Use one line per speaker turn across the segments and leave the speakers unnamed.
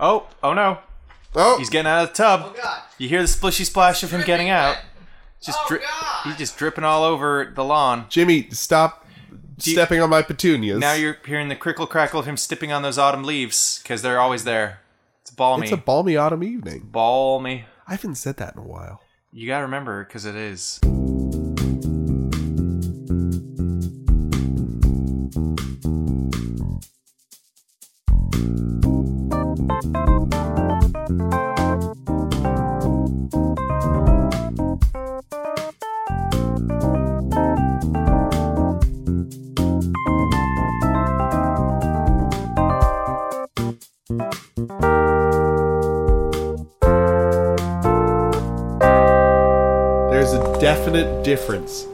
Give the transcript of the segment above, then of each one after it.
Oh, oh no.
Oh,
He's getting out of the tub.
Oh God.
You hear the splishy splash of him getting out. Just
Oh,
dri-
God.
he's just dripping all over the lawn.
Jimmy, stop
Do you-
stepping on my petunias.
Now you're hearing the crickle crackle of him stepping on those autumn leaves because they're always there. It's balmy.
It's a balmy autumn evening.
balmy.
I haven't said that in a while.
You gotta remember because it is.
There's a definite difference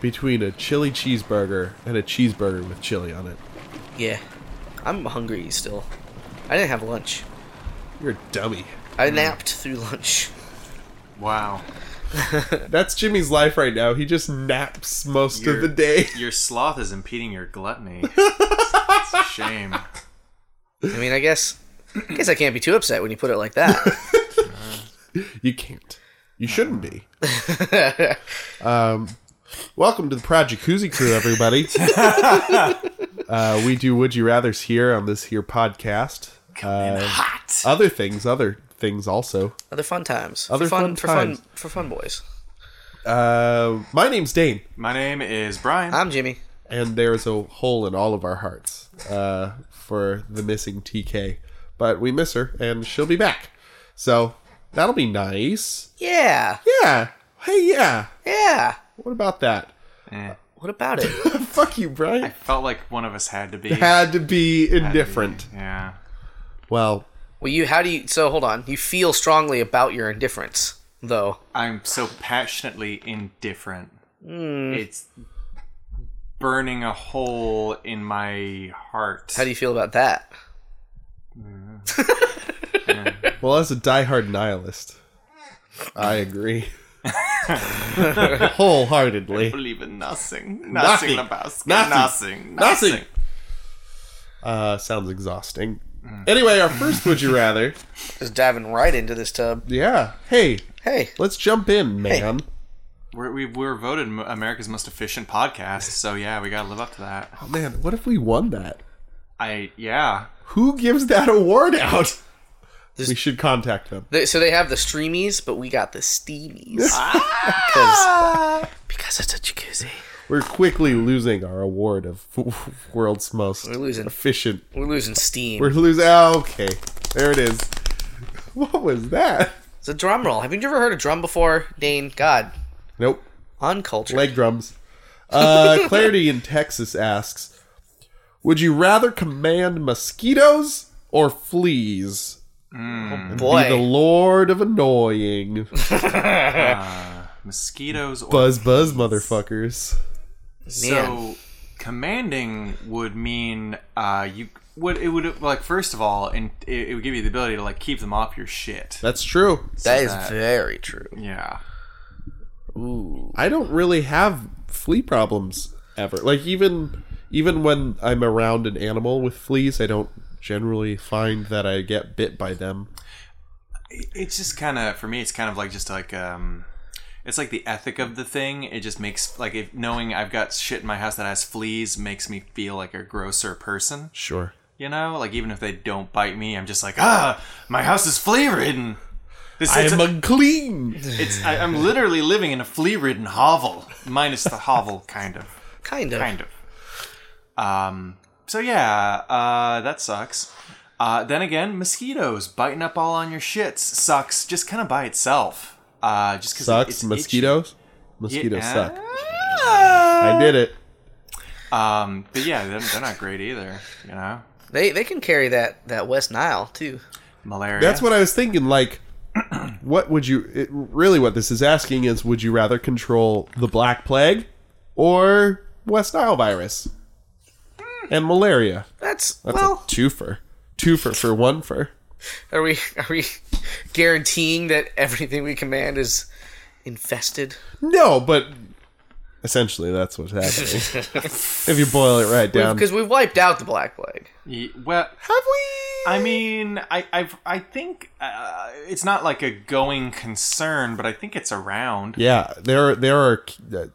between a chili cheeseburger and a cheeseburger with chili on it.
Yeah. I'm hungry still. I didn't have lunch.
You're a dummy.
I napped through lunch.
Wow.
That's Jimmy's life right now. He just naps most
You're-
of the day.
Your sloth is impeding your gluttony. it's a shame.
I mean, I guess, I guess I can't be too upset when you put it like that.
You can't. You shouldn't be. um, welcome to the Project Jacuzzi Crew, everybody. uh, we do Would You Rather's here on this here podcast. Uh,
Hot.
other things, other things also.
Other fun times.
Other
for fun,
fun
for
times.
fun for fun boys.
Uh, my name's Dane,
My name is Brian.
I'm Jimmy.
and there's a hole in all of our hearts uh, for the missing TK. But we miss her, and she'll be back. So that'll be nice.
Yeah.
Yeah. Hey, yeah.
Yeah.
What about that?
Eh.
What about it?
Fuck you, Brian.
Felt like one of us had to be.
Had to be indifferent.
yeah.
Well,
well, you how do you so hold on. You feel strongly about your indifference though.
I'm so passionately indifferent. It's burning a hole in my heart.
How do you feel about that?
well, as a diehard nihilist, I agree wholeheartedly.
believe in nothing?
Nothing.
Nothing, Lebowski.
Nothing.
Nothing. Nothing.
Nothing. Uh, sounds exhausting. Anyway, our first would you rather?
Just diving right into this tub.
Yeah. Hey,
Hey.
let's jump in, man.
We're, we, we're voted mo- America's most efficient podcast, so yeah, we gotta live up to that.
Oh man, what if we won that?
I yeah.
Who gives that award out?
This-
we should contact them.
They, so they have the streamies, but we got the steamies. because, because it's a jacuzzi.
We're quickly losing our award of world's most
We're losing.
efficient.
We're losing steam.
We're losing. Oh, okay, there it is. What was that?
it's a drum roll. Have you ever heard a drum before, Dane? God,
Nope.
uncultured.
leg drums. Uh, Clarity in Texas asks, "Would you rather command mosquitoes or fleas? Be the
Boy,
lord of annoying,
Mosquitoes or
buzz buzz, motherfuckers.
Man.
So commanding would mean uh, you would it would like first of all, and it, it would give you the ability to like keep them off your shit.
That's true.
that is very true.
Yeah.
Ooh.
I don't really have flea problems ever. Like even even when I'm around an animal with fleas, I don't generally find that I get bit by them.
It- It's just kind of for me. It's kind of like just like um, it's like the ethic of the thing. It just makes like if knowing I've got shit in my house that has fleas makes me feel like a grosser person.
Sure."
You know, like even if they don't bite me, I'm just like ah, my house is flea ridden. This
I
it's,
am unclean.
it's I, I'm literally living in a flea ridden hovel, minus the hovel, kind of.
Kind of.
kind of. Um, so yeah, uh, that sucks. Uh, then again, mosquitoes biting up all on your shits sucks just kind of by itself. Uh, just because
Sucks.
it's
mosquitoes.
itchy.
Mosquitoes
Yeah.
suck. I did it.
Um, but yeah, they're, they're not great either. You know,
They they can carry that that West Nile too.
malaria.
That's what I was thinking. Like, what would you it, really? What this is asking is, would you rather control the Black Plague or West Nile virus
Hmm.
and malaria?
That's,
That's
well.
a twofer, twofer for one for.
Are we are we guaranteeing that everything we command is infested?
No, but essentially that's what's happening. if you boil it right down,
Because we've wiped out the Black Plague.
Y- Well,
have we?
I mean, I I've, I think uh, it's not like a going concern, but I think it's around.
Yeah, there there are uh,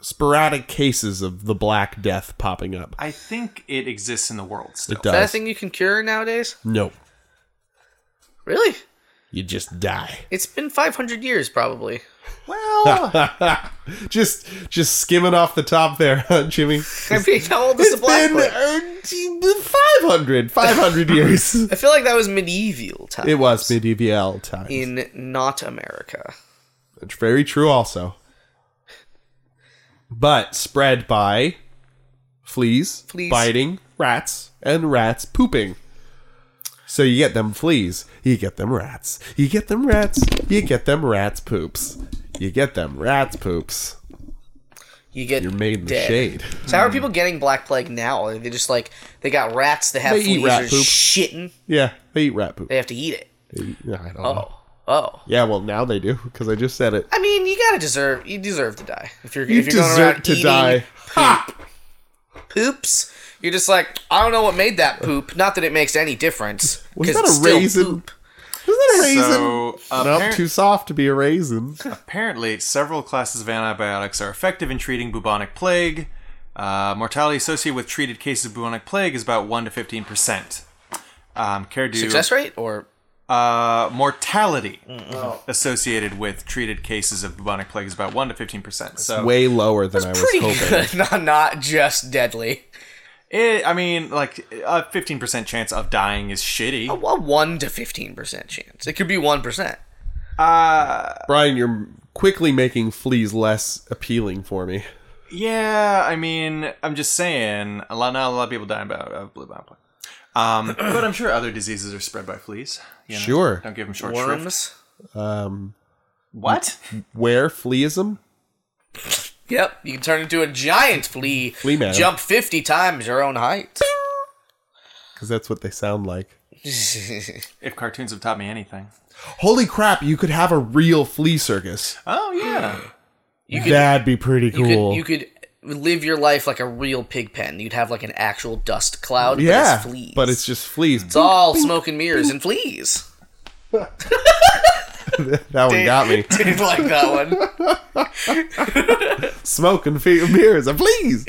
sporadic cases of the Black Death popping up.
I think it exists in the world still.
It
Is that a
does.
thing you can cure nowadays?
No,
Really?
you just die.
It's been 500 years, probably.
Well,
just just skimming off the top there, huh, Jimmy.
I mean, how old is
It's
the black
been
plague?
uh, 500, 500 years.
I feel like that was medieval time.
It was medieval times.
in not America.
It's very true, also. But spread by fleas,
Fleas.
biting rats, and rats pooping. So you get them fleas, you get them rats, you get them rats, you get them rats poops, you get them rats poops.
You get
You're made in the
dead.
shade.
So how are people getting black plague now? Are they just like they got rats that have
They eat
fleas
rat
are
poop.
shitting?
Yeah, they eat rat poop.
They have to eat it.
They eat- I don't know.
Oh, oh.
Yeah, well now they do because I just said it.
I mean, you gotta deserve. You deserve to die if you're
You
if you're going
deserve
around
to
eating
die. Ha!
poops. You're just like I don't know what made that poop. Not that it makes any difference.
Was
'cause
that
it's
a
still
raisin?
poop.
Isn't that a raisin?
so
nope,
apparent-
too soft to be a raisin.
apparently, several classes of antibiotics are effective in treating bubonic plague. Uh, mortality associated with treated cases of bubonic plague is about one to fifteen percent. Um, care to
Success rate or
uh, mortality associated with treated cases of bubonic plague is about one to fifteen percent. So
Way lower than I was
pretty
hoping.
good. not not just deadly.
It, I mean, like a fifteen percent chance of dying is shitty.
A one to fifteen percent chance. It could be one percent.
Uh,
Brian, you're quickly making fleas less appealing for me.
Yeah, I mean, I'm just saying, a lot not a lot of people die about of blue bottle plague. Um, but I'm sure other diseases are spread by fleas. You know?
Sure.
don't give them short shrift.
Worms.
Um,
What?
where fleaism?
Yep, you can turn into a giant flea.
Flea man.
Jump 50 times your own height.
Because that's what they sound like.
If cartoons have taught me anything.
Holy crap! You could have a real flea circus.
Oh yeah.
You could,
That'd be pretty
you
cool.
could you could live your life like a real pig pen. You'd have like an actual dust cloud but
yeah,
it's fleas.
but it's just fleas.
it's all smoke and mirrors and fleas.
that one got me.
Didn't like that one.
Smoke and fe- mirrors and fleas.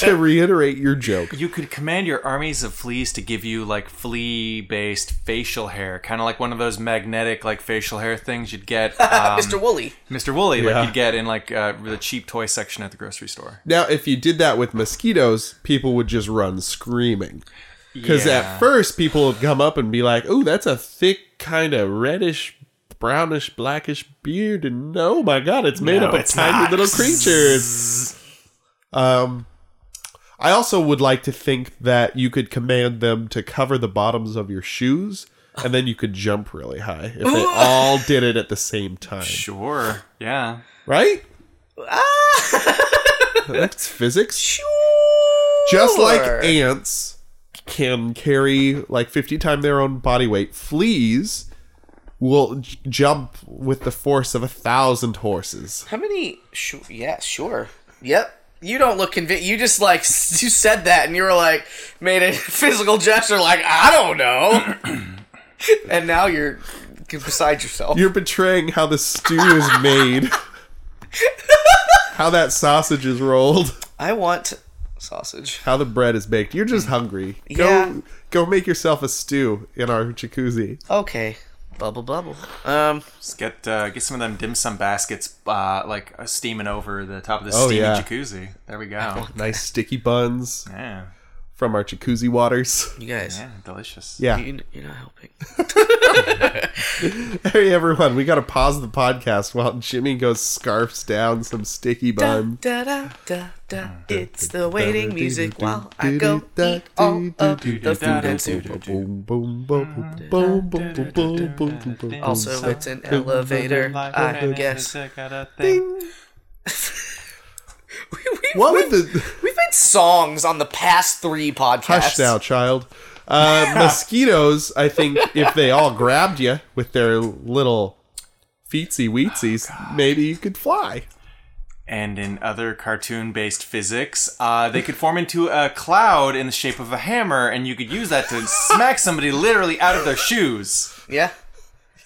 to reiterate your joke,
You could command your armies of fleas to give you like flea-based facial hair, kind of like one of those magnetic like facial hair things you'd get, um,
Mr. Wooly.
Mr. Wooly, like
Yeah.
you'd get in like uh, the cheap toy section at the grocery store.
now if you did that with mosquitoes, people would just run screaming. Because
Yeah.
at first people would come up and be like, "Oh, that's a thick kind of reddish, brownish, blackish beard," and oh my god, it's made
No,
up of
it's
tiny
not.
little creatures. um, I also would like to think that you could command them to cover the bottoms of your shoes, and then you could jump really high if they all did it at the same time,
Sure. Yeah.
right? That's physics. Just like
Ah! Sure.
ants can carry like 50 times their own body weight, fleas will j- jump with the force of a thousand horses.
How many? Sh- yeah, sure. Yep. You don't look convinced. You just like s- you said that, and you were like made a physical gesture, like I don't know. and now you're beside yourself.
You're betraying how the stew is made, how that sausage is rolled,
I want sausage.
how the bread is baked. You're just hungry. Go,
Yeah.
go make yourself a stew in our jacuzzi.
Okay. Bubble bubble. Um.
Just get uh, get some of them dim sum baskets, uh, like uh, steaming over the top of the
Oh,
steamy
yeah.
jacuzzi. There we go.
Nice sticky buns
Yeah,
from our jacuzzi waters.
You guys.
yeah, delicious.
Yeah.
You, you're not helping.
Hey everyone, we gotta pause the podcast while Jimmy goes scarfs down some sticky
Da,
bun.
da, da, da,
Uh,
da. It's the waiting music while I go eat all of the food and soup.
Boom, boom, boom, boom, boom, boom, boom, boom, boom, boom, boom.
Also, it's an elevator. I guess. We- we-
What
we-
would the
We've made songs on the past three podcasts.
hush now, child? Uh, mosquitoes. I think if they all grabbed you
Oh,
with their little feetsy weetsies, maybe you could fly.
and in other cartoon based physics, uh, they could form into a cloud in the shape of a hammer, and you could use that to smack somebody literally out of their shoes.
Yeah.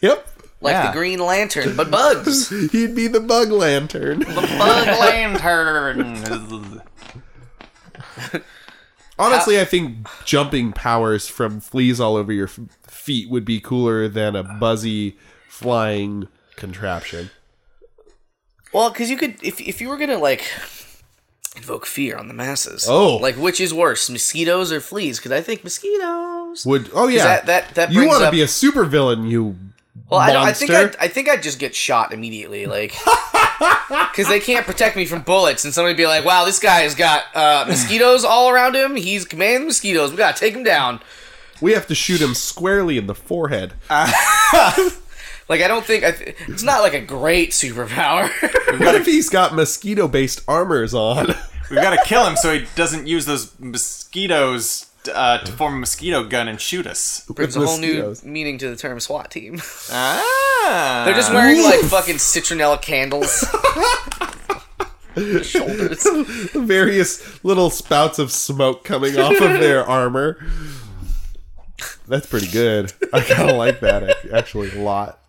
Yep.
Like
Yeah.
the Green Lantern, but bugs.
He'd be the bug lantern.
Bug lan-
Lantern!
Honestly, I think jumping powers from fleas all over your f- feet would be cooler than a buzzy flying contraption.
well, because you could, if, if you were gonna like invoke fear on the masses.
Oh.
like which is worse, mosquitoes or fleas? Because I think mosquitoes.
Would oh yeah
that- that- that
you
brings
want to
up-
be a supervillain? You
Well, I, don't, I
monster.
think I'd, I think I'd just get shot immediately, like, because they can't protect me from bullets, and somebody'd be like, "Wow, this guy has got uh, mosquitoes all around him. He's commanding the mosquitoes. We gotta take him down."
we have to shoot him squarely in the forehead.
Like, I don't think I th- it's not like a great superpower.
What if he's got mosquito based armors on?
We've got to kill him so he doesn't use those mosquitoes uh, to form a mosquito gun and shoot us.
Brings a
With
whole new
mosquitoes.
meaning to the term SWAT team.
Ah!
They're just wearing like fucking citronella candles. Shoulders.
Various little spouts of smoke coming off of their armor. That's pretty good. I kind of like that ac- actually a lot.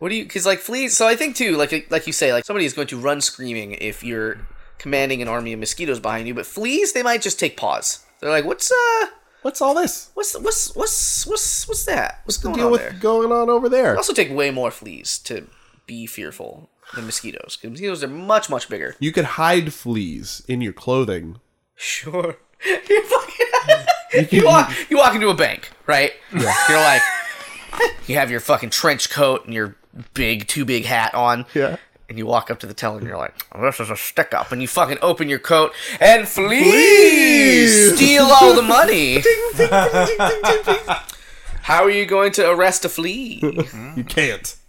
What do you? Because like fleas. So I think too, like like you say, like somebody is going to run screaming if you're commanding an army of mosquitoes behind you. But fleas, they might just take pause. They're like, what's uh,
What's all this?
what's what's what's what's what's that? What's going
Deal
on
with
there?
going on over there.
also, take way more fleas to be fearful than mosquitoes. 'cause mosquitoes are much much bigger.
You could hide fleas in your clothing.
Sure. You're fucking. you walk. You walk into a bank, right? You're like, you have your fucking trench coat and your big too big hat on.
Yeah.
And you walk up to the teller and you're like, oh, "This is a stick up," and you fucking open your coat and fleas
Fleas!
steal all the money. How are you going to arrest a flea?
You can't.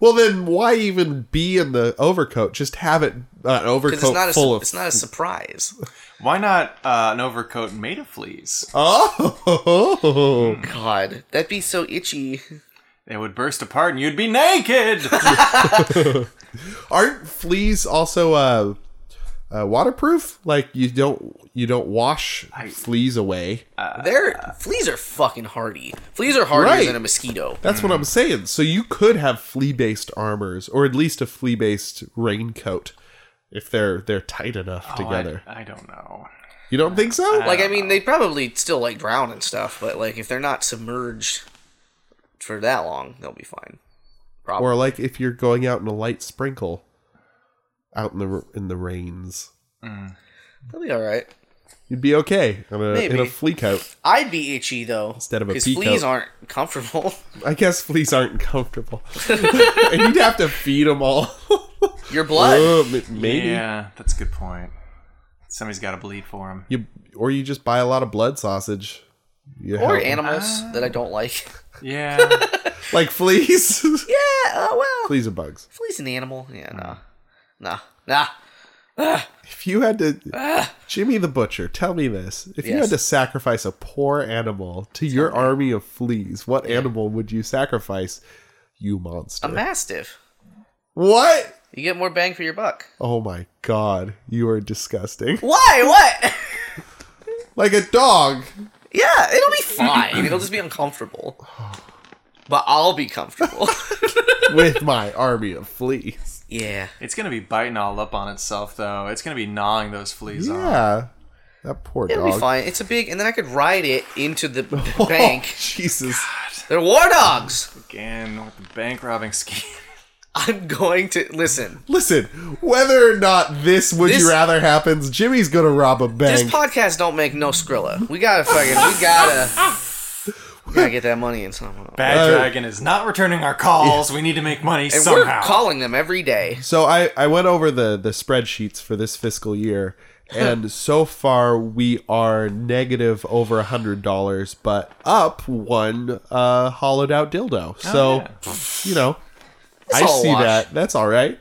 Well, then why even be in the overcoat? Just have it uh, an
Because it's
overcoat
not a
full
su-
of.
it's not a surprise.
Why not uh, an overcoat made of fleas?
oh,
God, that'd be so itchy.
It would burst apart and you'd be naked!
aren't fleas also uh, uh, waterproof? Like you don't you don't wash fleas away.
They're fleas are fucking hardy. Fleas are harder
Right.
than a mosquito.
That's what I'm saying. So you could have flea based armors, or at least a flea based raincoat, if they're they're tight enough together.
I, I don't know.
you don't think so?
Like, I mean, they probably still like drown and stuff, but like if they're not submerged for that long, they'll be fine. Probably.
or like if you're going out in a light sprinkle, out in the in the rains.
they'll be all right.
You'd be okay in a, in
Maybe.
a flea coat.
I'd be itchy though,
Instead of a
because
pea
fleas
coat.
aren't comfortable.
I guess fleas aren't comfortable. and you'd have to feed them all.
Your blood.
Oh, m- maybe.
Yeah, that's a good point. Somebody's got to bleed for him.
You, or you just buy a lot of blood sausage. You
or
help 'em.
animals that I don't like.
Yeah.
Like fleas.
Yeah, uh, well,
fleas and bugs.
flea's an animal. Yeah, nah, nah, nah.
If you had to. Jimmy the Butcher, tell me this. If you
Yes.
had to sacrifice a poor animal to your army of fleas, what animal would you sacrifice? You monster.
A mastiff.
what?
You get more bang for your buck.
Oh my god. You are disgusting.
Why? What?
Like a dog.
yeah, it'll be fine. it'll just be uncomfortable. But I'll be comfortable.
with my army of fleas.
yeah.
it's going to be biting all up on itself, though. It's going to be gnawing those fleas off.
Yeah. That poor
It'll
dog. Oh,
be fine. It's a big, and then I could ride it into the b- bank.
Jesus.
They're war dogs.
Again, with the bank robbing scheme.
I'm going to listen.
Listen, whether or not this would
This-
you rather happens, Jimmy's gonna rob a
This
bank.
podcast don't make no Skrilla. We gotta fucking. We gotta. We gotta get that money in somehow.
Bad
Uh,
Dragon is not returning our calls. We need to make money
And
somehow.
we're calling them every day.
so I, I went over the, the spreadsheets for this fiscal year, and so far we are negative over a hundred dollars, but up one uh, hollowed out dildo. So you know, I
all a
see
wash.
that. That's all right.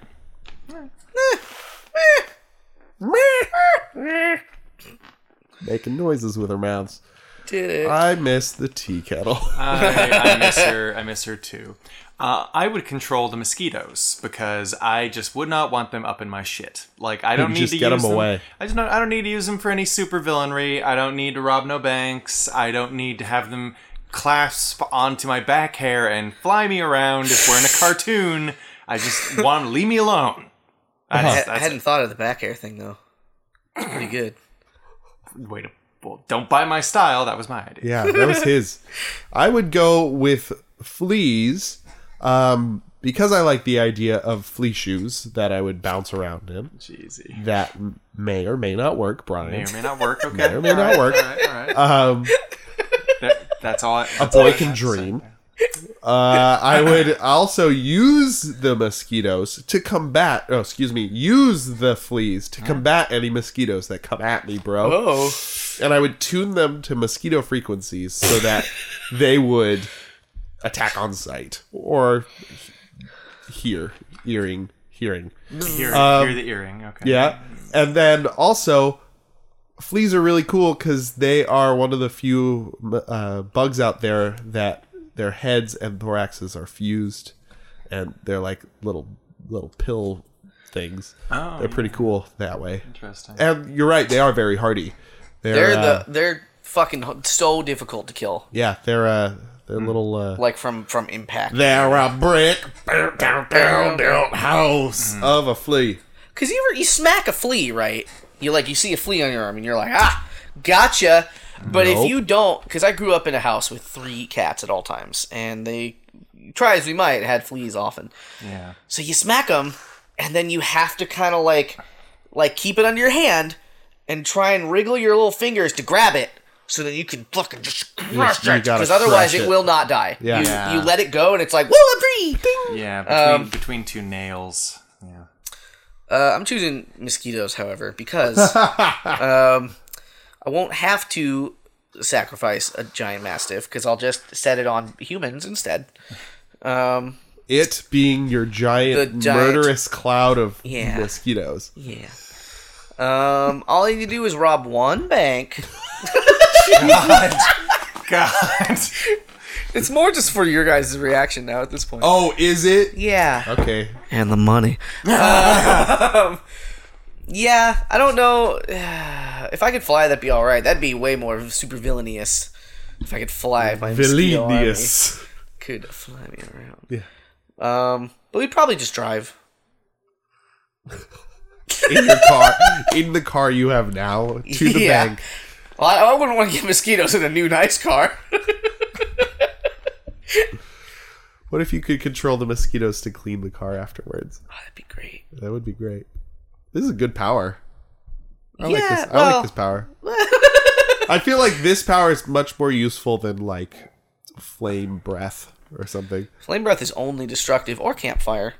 Making noises with her mouths.
did it.
I miss the tea kettle.
I, I miss her. I miss her too. Uh, I would control the mosquitoes because I just would not want them up in my shit. Like I don't need
just
to
get
use
them away.
I just don't, I don't need to use them for any super villainry. I don't need to rob no banks. I don't need to have them clasp onto my back hair and fly me around if we're in a cartoon. I just want them to leave me alone. I just,
I, I
Uh-huh.
that's
hadn't thought of the back hair thing though. It's pretty good.
wait. a- Well, don't buy my style. That was my idea.
Yeah, that was his. I would go with fleas um, because I like the idea of flea shoes that I would bounce around in.
Jeezy.
That m- may or may not work, Brian.
May or may not work. Okay.
May or may
All right,
not work.
All right. All right.
Um,
That- that's all. I,
a
that's all I
boy can
have to say.
dream. Uh, I would also use the mosquitoes to combat. Oh, excuse me. Use the fleas to combat any mosquitoes that come at me, bro.
Oh,
and I would tune them to mosquito frequencies so that they would attack on sight or hear, earring, hearing.
Hear, hear the earring. Okay.
um, Yeah. And then also, fleas are really cool because they are one of the few m- uh, bugs out there that their heads and thoraxes are fused, and they're like little little pill things.
Oh,
they're pretty cool that way.
Interesting.
And you're right; they are very hardy.
they're
uh,
the they're fucking h- so difficult to kill.
Yeah, they're uh they're little uh
Like from from impact.
they're a brick house of a flea.
Cause you ever you smack a flea right? You like you see a flea on your arm and you're like ah gotcha. But
Nope.
if you don't, because I grew up in a house with three cats at all times, and they try as we might had fleas often.
yeah.
So you smack them, and then you have to kind of like, like keep it under your hand, and try and wriggle your little fingers to grab it, so that you can fucking just crush
you
it.
gotta
Because otherwise,
crush
it.
it.
will not die.
Yeah.
You,
Yeah.
you let it go, and it's like whoa, a tree. Ding.
Yeah. Between, between two nails. Yeah.
Uh, I'm choosing mosquitoes, however, because um, I won't have to sacrifice a giant mastiff because I'll just set it on humans instead. Um,
It being your giant,
The giant-
murderous cloud of
Yeah.
mosquitoes.
yeah. Um, all I need to do is rob one bank.
God. God.
It's more just for your guys' reaction now at this point.
Oh, is it?
Yeah.
Okay.
And the money. Um, yeah, I don't know. If I could fly, that'd be all right. That'd be way more super villainous. If I could fly, my mosquito army
Vilenius.
could fly me around.
Yeah.
Um, but we'd probably just drive.
In your car in the car you have now to the
Yeah.
bank.
Well, I, I wouldn't want to get mosquitoes in a new nice car. Oh,
What if you could control the mosquitoes to clean the car afterwards?
that'd be great.
That would be great. This is a good power. I like
Yeah,
this I
well-
like this power. I feel like this power is much more useful than like flame breath or something.
Flame breath is only destructive or campfire.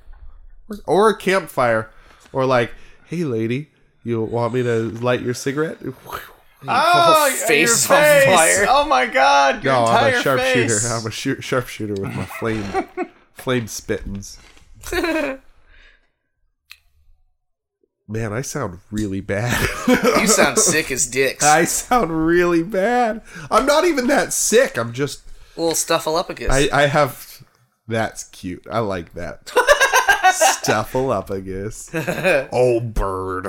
Or, or a campfire. Or like, hey lady, you want me to light your cigarette?
Oh,
Your
your
face
face,
on fire.
Oh my God. Your
No, I'm
entire
a sharpshooter.
face.
I'm a shoot, sharpshooter with my flame flame spittins. Man, I sound really bad.
You sound sick as dicks.
I sound really bad. I'm not even that sick. I'm just
Little stuffaluppagus.
I, I have. That's cute. I like that. Stuffleupagus. oh, bird.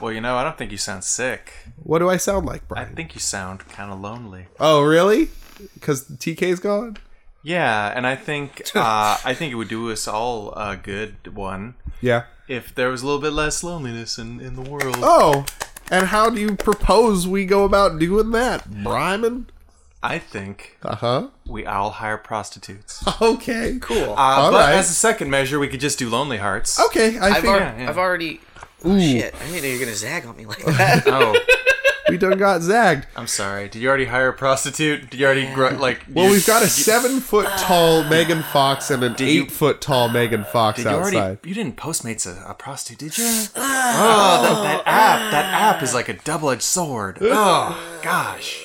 Well, you know, I don't think you sound sick.
what do I sound like,
I
Brian?
think you sound kind of lonely.
oh, really? Because TK's gone?
Yeah, and I think uh, I think it would do us all a good one
Yeah.
if there was a little bit less loneliness in, in the world.
Oh, and how do you propose we go about doing that, Bryman?
I think
Uh huh.
we all hire prostitutes.
Okay. Cool.
Uh,
All
but
right.
as a second measure, we could just do Lonely Hearts.
okay, I
I've,
think
al-
yeah, yeah.
I've already. Oh, shit, I didn't know you were gonna zag on me like that.
Oh,
we done got zagged.
I'm sorry. Did you already hire a prostitute? Did you already gr- like?
Well,
you-
we've got a seven foot tall Megan Fox and an
Ah. you-
eight foot tall Megan Fox
Did you
outside.
already? You didn't Postmates a, a prostitute, did you? oh, that, that app. That app is like a double edged sword. Oh gosh,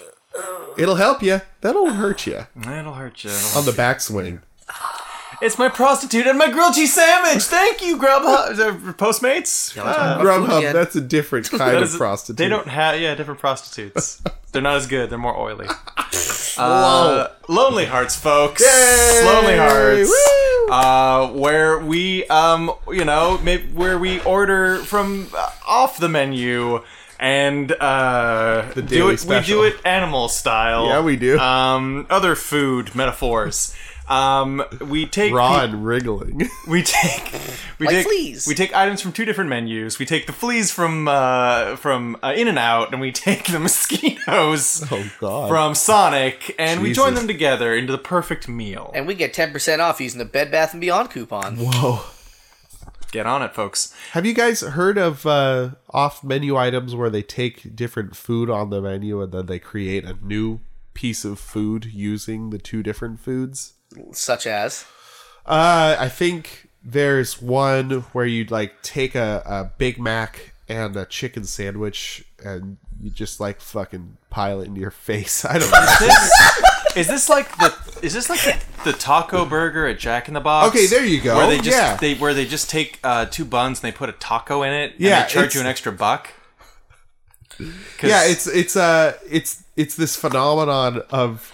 It'll help you. That'll hurt you
it'll hurt you.
on the backswing.
It's my prostitute and my grilled cheese sandwich. Thank you, Grubhub, uh, Postmates.
we're talking
Ah.
about food
Grubhub,
again.
that's a different kind
That
of
is-
prostitute.
They don't have yeah different prostitutes. they're not as good. They're more oily. Uh, Lonely Hearts, folks.
Yay!
Lonely Hearts.
Woo!
Uh, where we um you know maybe where we order from uh, off the menu and uh the
daily
do it
special.
we do it animal style.
Yeah, we do.
Um, other food metaphors. Um, we take
Raw
the-
and wriggling.
we take we
Like
take
fleas.
we take items from two different menus. We take the fleas from uh, from uh, In and Out, and we take the mosquitoes
Oh, God.
from Sonic, and we join
Jesus.
them together into the perfect meal.
And we get 10% off using the Bed Bath & Beyond coupon.
Whoa.
Get on it, folks.
Have you guys heard of uh, off menu items where they take different food on the menu and then they create a new piece of food using the two different foods?
Such as...
Uh, I think there's one where you'd like take a, a Big Mac and a chicken sandwich and you just like fucking pile it into your face. I don't know.
This, is this like the is this like the, the taco burger at Jack in the Box?
Okay, there you go.
Where they just
Yeah.
they where they just take uh, two buns and they put a taco in it.
Yeah,
and they charge
it's-
you an extra buck. 'Cause-
yeah, it's it's uh it's it's this phenomenon of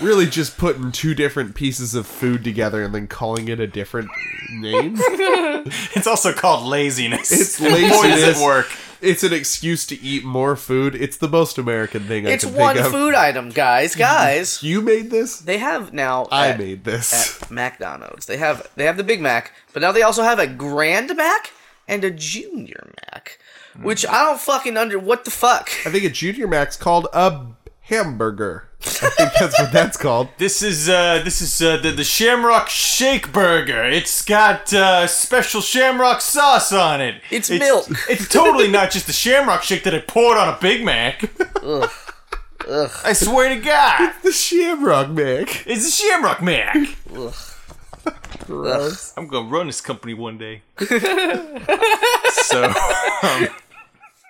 really just putting two different pieces of food together and then calling it a different name.
it's also called laziness.
It's
And Boy, does
laziness.
it work.
It's an excuse to eat more food. It's the most American thing I
It's
can
one
think of.
food item, guys. Guys,
You made this.
they have now. uh,
I
at-
made this.
at McDonald's. They have they have the Big Mac, but now they also have a Grand Mac and a Junior Mac, which I don't fucking under what the fuck.
I think a Junior Mac's called a hamburger. I think that's what that's called.
This is uh, this is uh, the the Shamrock Shake Burger. It's got uh, special Shamrock sauce on it.
It's milk.
It's totally not just the Shamrock Shake that I poured on a Big Mac. I swear to God,
The Shamrock Mac.
it's a Shamrock Mac.
Gross.
I'm gonna run this company one day. so,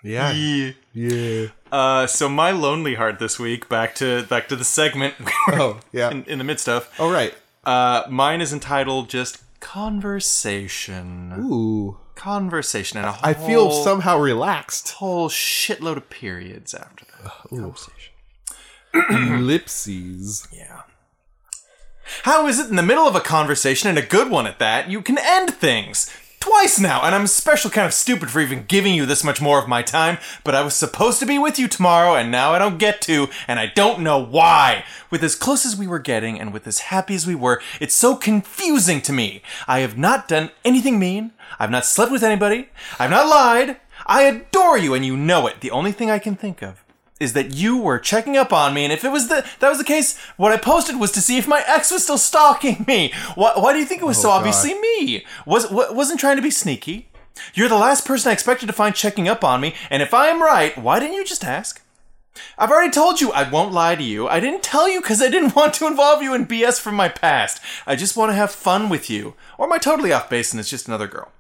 Yeah.
yeah.
Yeah.
uh, so my lonely heart this week. Back to back to the segment we were
Oh, yeah.
in, in the midst of.
All right.
Uh, mine is entitled just conversation.
Ooh.
conversation and a whole,
I feel somehow relaxed.
whole shitload of periods after that conversation.
Ellipses.
Yeah. How is it in the middle of a conversation and a good one at that, you can end things? Twice now, and I'm special kind of stupid for even giving you this much more of my time, but I was supposed to be with you tomorrow, and now I don't get to, and I don't know why. With as close as we were getting, and with as happy as we were, it's so confusing to me. I have not done anything mean, I've not slept with anybody, I've not lied. I adore you, and you know it. The only thing I can think of is that you were checking up on me, and if it was the that was the case, what I posted was to see if my ex was still stalking me. Why, why do you think it was so obviously me? Was wa- wasn't trying to be sneaky. You're the last person I expected to find checking up on me, and if I am right, why didn't you just ask? I've already told you I won't lie to you. I didn't tell you because I didn't want to involve you in BS from my past. I just want to have fun with you. Or my totally off base and it's just another girl.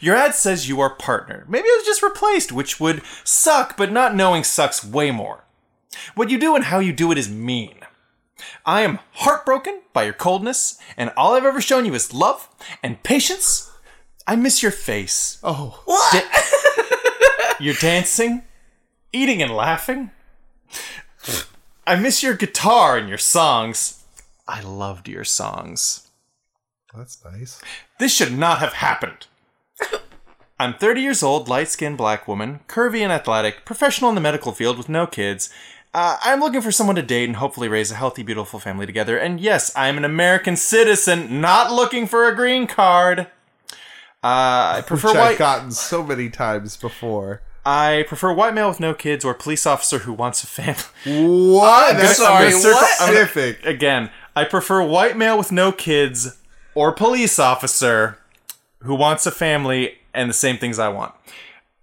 Your ad says you are partnered. Maybe it was just replaced, which would suck, but not knowing sucks way more. What you do and how you do it is mean. I am heartbroken by your coldness, and all I've ever shown you is love and patience. I miss your face.
Oh.
Your dancing, eating and laughing. I miss your guitar and your songs. I loved your songs.
That's nice.
This should not have happened. I'm 30 years old, light skinned black woman, curvy and athletic, professional in the medical field with no kids. Uh, I'm looking for someone to date and hopefully raise a healthy, beautiful family together. And yes, I'm an American citizen, not looking for a green card. Uh, I prefer
Which I've
white.
gotten so many times before.
I prefer white male with no kids or police officer who wants a family.
What? That's
sorry,
so
what?
Specific.
Again, I prefer white male with no kids or police officer who wants a family and the same things I want.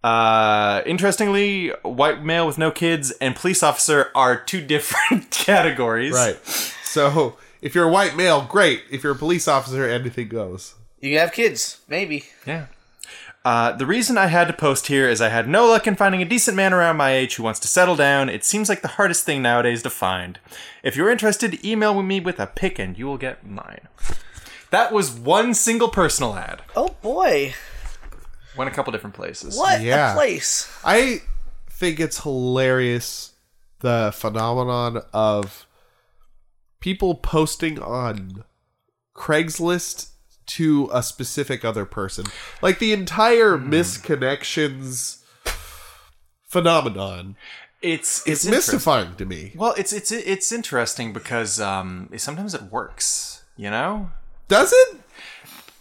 Uh, interestingly, white male with no kids and police officer are two different categories.
Right. So if you're a white male, great. If you're a police officer, anything goes.
You can have kids, maybe.
Yeah. Uh, the reason I had to post here is I had no luck in finding a decent man around my age who wants to settle down. It seems like the hardest thing nowadays to find. If you're interested, email me with a pic and you will get mine. That was one single personal ad.
Oh boy,
Went a couple different places.
what
Yeah.
a place!
I think it's hilarious the phenomenon of people posting on Craigslist to a specific other person. Like the entire misconnections phenomenon.
It's
It's,
it's, interesting.
mystifying to me.
Well, it's it's it's interesting because um, sometimes it works. You know,
Does it?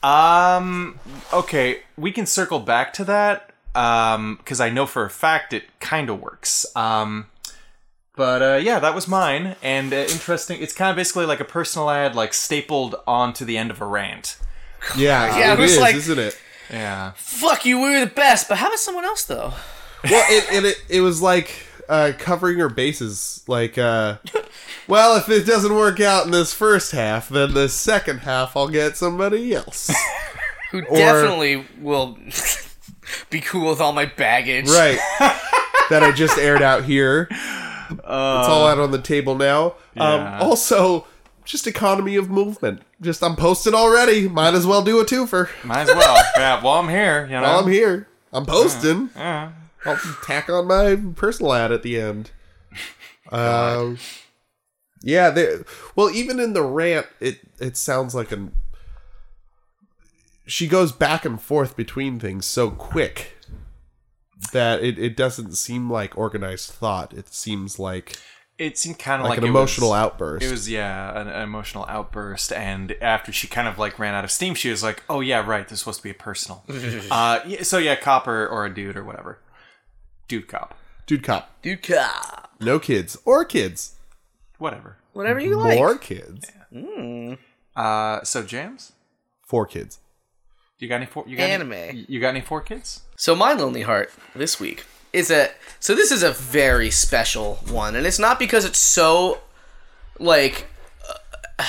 Um. Okay, we can circle back to that. Um, because I know for a fact it kind of works. Um, but uh, yeah, that was mine, and uh, interesting. It's kind of basically like a personal ad, like stapled onto the end of a rant.
Yeah,
Yeah,
it
it was
is,
like-
isn't it?
Yeah.
Fuck you, we were the best. But how about someone else though?
well, it, and it, it was like uh, covering her bases. Like, uh, well, if it doesn't work out in this first half, then the second half I'll get somebody else.
Who definitely will be cool with all my baggage.
right. that I just aired out here. it's all out on the table now.
yeah.
Um, also, just economy of movement. Just I'm posted already. Might as well do a twofer.
Might as well. yeah. While I'm here, you know.
While I'm here. I'm posting.
Yeah.
I'll tack on my personal ad at the end. Um, yeah, there. Well, even in the rant, it it sounds like an. She goes back and forth between things so quick that it, it doesn't seem like organized thought. It seems like
It seemed kind of
like,
like,
an
it
emotional
was-
outburst.
It was yeah, an, an emotional outburst, and after she kind of like ran out of steam, she was like, "Oh yeah, right. This is supposed to be personal." uh, yeah, so yeah, copper or a dude or whatever, dude cop,
Dude, cop,
Dude, ah,
no kids or kids,
whatever.
whatever you like.
more kids,
Uh, so jams,
four kids.
you got any four? You got Any,
Anime.
you got any four kids?
So my lonely heart this week is a so this is a very special one, and it's not because it's so like uh,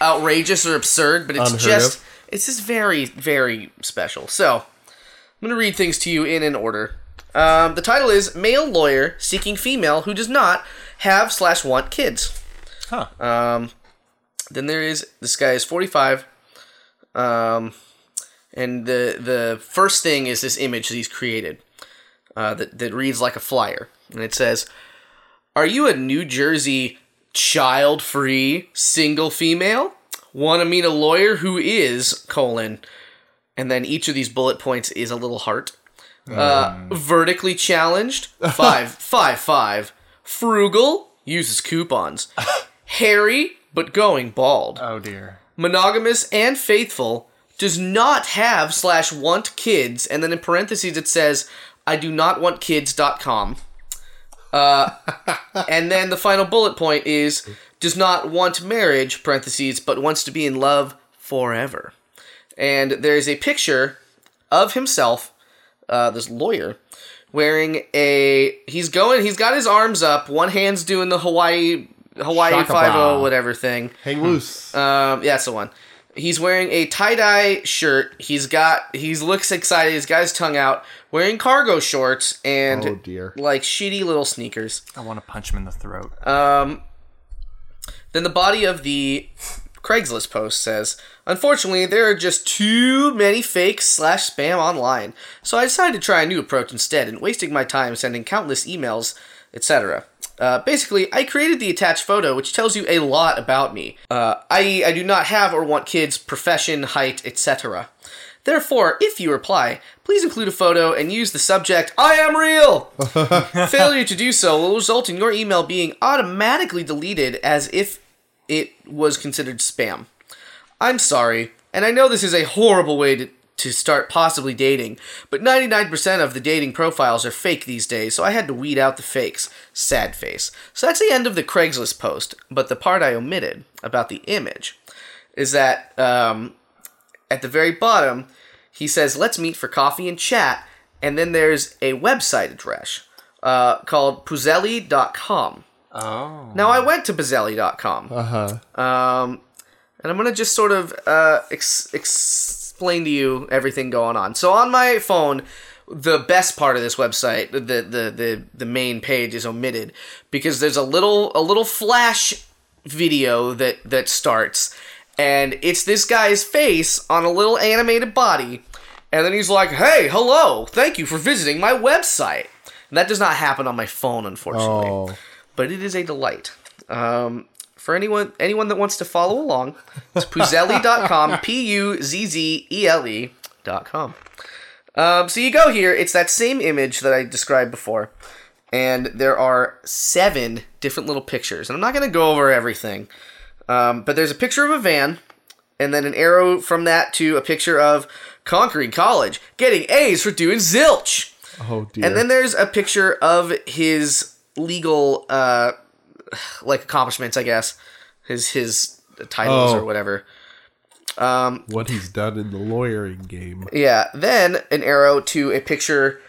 outrageous or absurd, but it's
Unheard
just
of.
it's just very very special. So I'm gonna read things to you in an order. Um, the title is "Male Lawyer Seeking Female Who Does Not Have Slash Want Kids." Um,
Huh?
Then there is this guy is 45. Um, and the the first thing is this image that he's created uh, that, that reads like a flyer. And it says, Are you a New Jersey child free single female? Want to meet a lawyer who is, colon. And then each of these bullet points is a little heart. Uh, vertically challenged, five, five, five. Frugal, uses coupons. Hairy, but going bald
oh dear.
monogamous and faithful does not have slash want kids and then in parentheses it says i do not want kids.com uh, and then the final bullet point is does not want marriage parentheses but wants to be in love forever and there's a picture of himself uh, this lawyer wearing a he's going he's got his arms up one hand's doing the hawaii hawaii
Shaka
50
bra.
whatever thing
Hang loose.
Uh,
um, yeah, that's the one. He's wearing a tie dye shirt. He's got. He looks excited. He's got his tongue out. Wearing cargo shorts and
oh dear.
like shitty little sneakers.
I want to punch him in the throat.
Um, then the body of the Craigslist post says, "Unfortunately, there are just too many fakes slash spam online, so I decided to try a new approach instead, and wasting my time sending countless emails, etc." Uh, basically, I created the attached photo, which tells you a lot about me, uh, i.e., I do not have or want kids, profession, height, etc. Therefore, if you reply, please include a photo and use the subject "I am real." Failure to do so will result in your email being automatically deleted as if it was considered spam. I'm sorry, and I know this is a horrible way to, to start possibly dating, but 99% of the dating profiles are fake these days, so I had to weed out the fakes. Sad face. So that's the end of the Craigslist post, but the part I omitted about the image is that um, at the very bottom, he says, let's meet for coffee and chat, and then there's a website address uh, called puzelli.com.
Oh.
Now, I went to puzelli.com.
Uh huh.
Um, and I'm going to just sort of uh, ex- explain to you everything going on. So on my phone, the best part of this website, the the the, the main page is omitted because there's a little a little flash video that that starts and it's this guy's face on a little animated body. And then he's like, "Hey, hello. Thank you for visiting my website." And that does not happen on my phone, unfortunately
Oh,
but it is a delight. Um, for anyone anyone that wants to follow along, it's puzelli.com, p u z z e l e dot com. Um, so you go here. It's that same image that I described before, and there are seven different little pictures. And I'm not going to go over everything, um, but there's a picture of a van, and then an arrow from that to a picture of conquering college, getting A's for doing zilch.
oh dear.
And then there's a picture of his legal uh like accomplishments, I guess. His his titles
Oh.
or whatever. Um
what he's done in the lawyering game.
yeah, then an arrow to a picture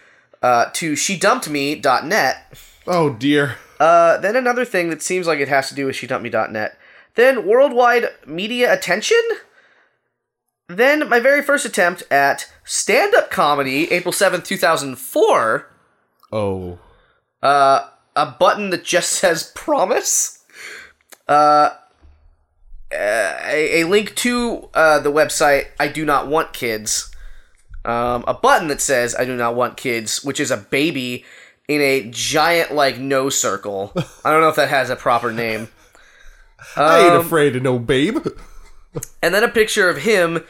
uh to she dumped me.net.
Oh dear.
Uh then another thing that seems like it has to do with she dumped me.net. Then worldwide media attention? Then my very first attempt at stand-up comedy, April 7th, 2004.
Oh.
uh, a button that just says promise. Uh, a, a link to uh, the website I do not want kids. Um, a button that says I do not want kids, which is a baby in a giant like no circle. I don't know if that has a proper name.
I ain't
Um,
afraid of no babe.
and then a picture of him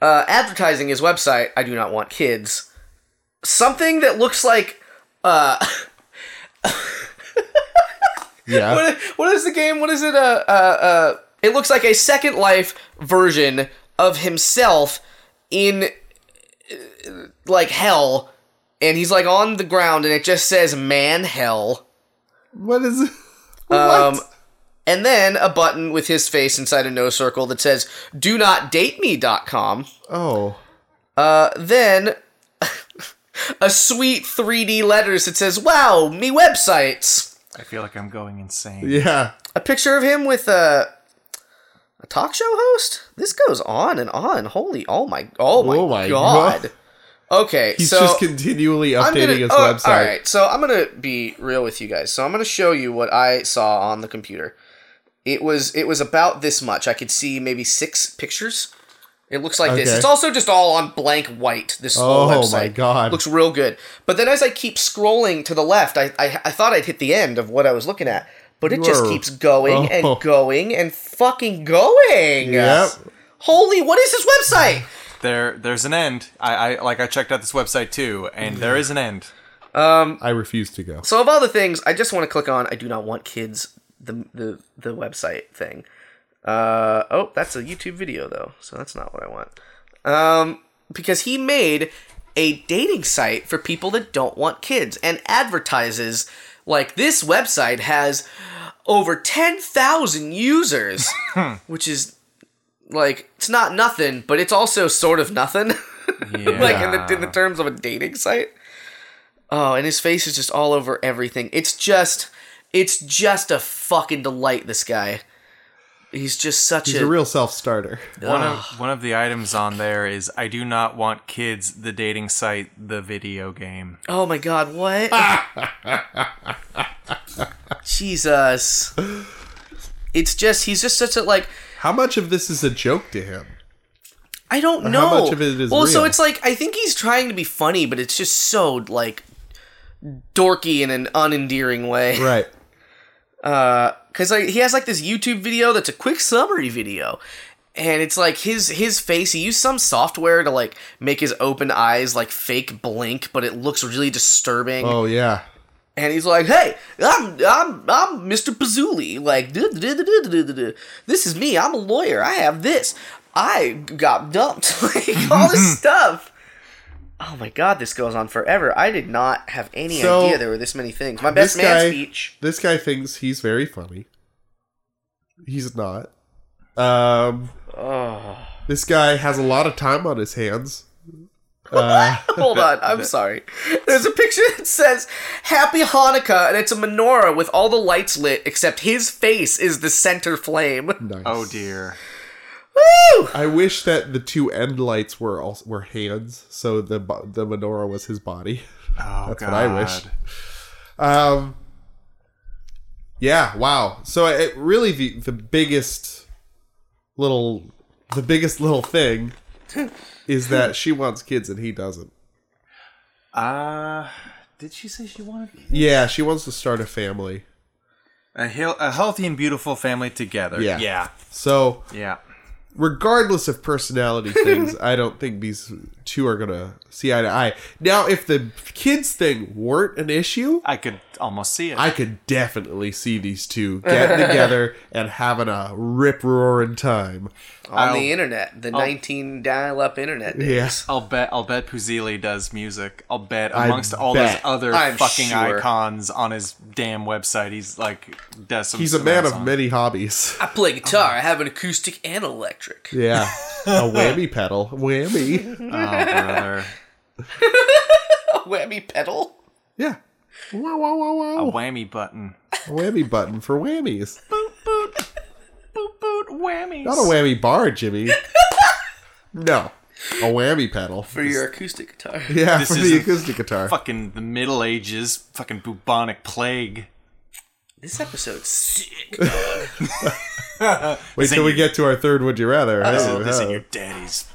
uh, advertising his website. I do not want kids. Something that looks like uh,
Yeah.
what, what is the game? What is it? Uh, uh, uh, it looks like a Second Life version of himself in uh, like hell, and he's like on the ground, and it just says "man hell."
what is it? What?
Um, and then a button with his face inside a no circle that says "do not date me.com."
oh.
Uh, then a sweet 3D letters that says "wow me websites."
I feel like I'm going insane.
Yeah.
a picture of him with a, a talk show host. This goes on and on. Holy, oh my, oh my,
Oh my
god.
God.
Okay,
He's
so
just continually updating
I'm gonna,
his
oh,
website.
All right, so I'm gonna be real with you guys. So I'm gonna show you what I saw on the computer. It was it was about this much. I could see maybe six pictures. It looks like this.
Okay.
It's also just all on blank white. This whole
Oh
website
my god.
looks real good. But then as I keep scrolling to the left, I I, I thought I'd hit the end of what I was looking at, but it
You
just
are-
keeps
Oh.
going and going and fucking going.
Yep.
Holy, what is this website?
There, there's an end. I, I, like, I checked out this website too, and there is an end.
I refuse to go.
So of all the things, I just want to click on I do not want kids the the the website thing. Uh oh, that's a YouTube video though, so that's not what I want. Um because he made a dating site for people that don't want kids and advertises like this website has over 10,000 users, which is like it's not nothing, but it's also sort of nothing. like in the, in the terms of a dating site. Oh, and his face is just all over everything. It's just, it's just a fucking delight. This guy, he's just such
He's a real self starter.
one of one of the items on there is I do not want kids. The dating site, the video game.
oh my god, what? Jesus, it's just he's just such a like.
How much of this is a joke to him?
I don't know.
how much of it is
well, so
real?
it's like I think he's trying to be funny, but it's just so like dorky in an unendearing way.
Right.
because like he has like this YouTube video that's a quick summary video, and it's like his his face. He used some software to like make his open eyes like fake blink, but it looks really disturbing.
Oh yeah.
And he's like, "Hey, I'm I'm I'm Mr. Pazuli. Like, duh, duh, duh, duh, duh, duh, duh, duh. this is me. I'm a lawyer. I have this. I got dumped. like all this stuff." Oh my god, this goes on forever. I did not have any
So,
idea there were this many things. My best
this
man
guy-
speech.
This guy thinks he's very funny. He's not. Um
Oh.
this guy has a lot of time on his hands. Uh,
Hold on, I'm sorry. There's a picture that says "Happy Hanukkah" and it's a menorah with all the lights lit except his face is the center flame.
nice.
Oh dear.
Woo!
I wish that the two end lights were also, were hands, so the bo- the menorah was his body.
Oh
That's
god.
what I wish. Um, yeah, wow. So it really the the biggest little the biggest little thing is that she wants kids and he doesn't.
Uh, did she say she wanted
Yeah, she wants to start a family.
a, heal- a healthy and beautiful family together?
Yeah.
yeah,
So,
yeah.
regardless of personality things, I don't think these two are going to see eye to eye. Now, if the kids thing weren't an issue,
I could almost see it.
I could definitely see these two getting together and having a rip roaring time.
on the internet,
Oh.
the 19 dial up internet. days.
Yes.
I'll bet. I'll bet Puzili does music. I'll bet
I
amongst all
bet.
those other
I'm
fucking
sure.
icons on his damn website, he's like does some.
He's a man of
songs.
many hobbies.
I play guitar. I have an acoustic and electric.
Yeah. A whammy pedal. Whammy.
Oh, brother.
A whammy pedal.
Yeah. Wow, wow, wow,
a
wow.
whammy button.
A whammy button for whammies.
Boot boot boot boot whammies.
Not a whammy bar, Jimmy. No. A whammy pedal.
For your acoustic guitar.
yeah,
This
for the
isn't
acoustic guitar.
Fucking the Middle Ages. Fucking bubonic plague.
This episode's sick.
Wait till we get to our third Would You Rather.
This,
Oh,
is, this
oh.
is your daddy's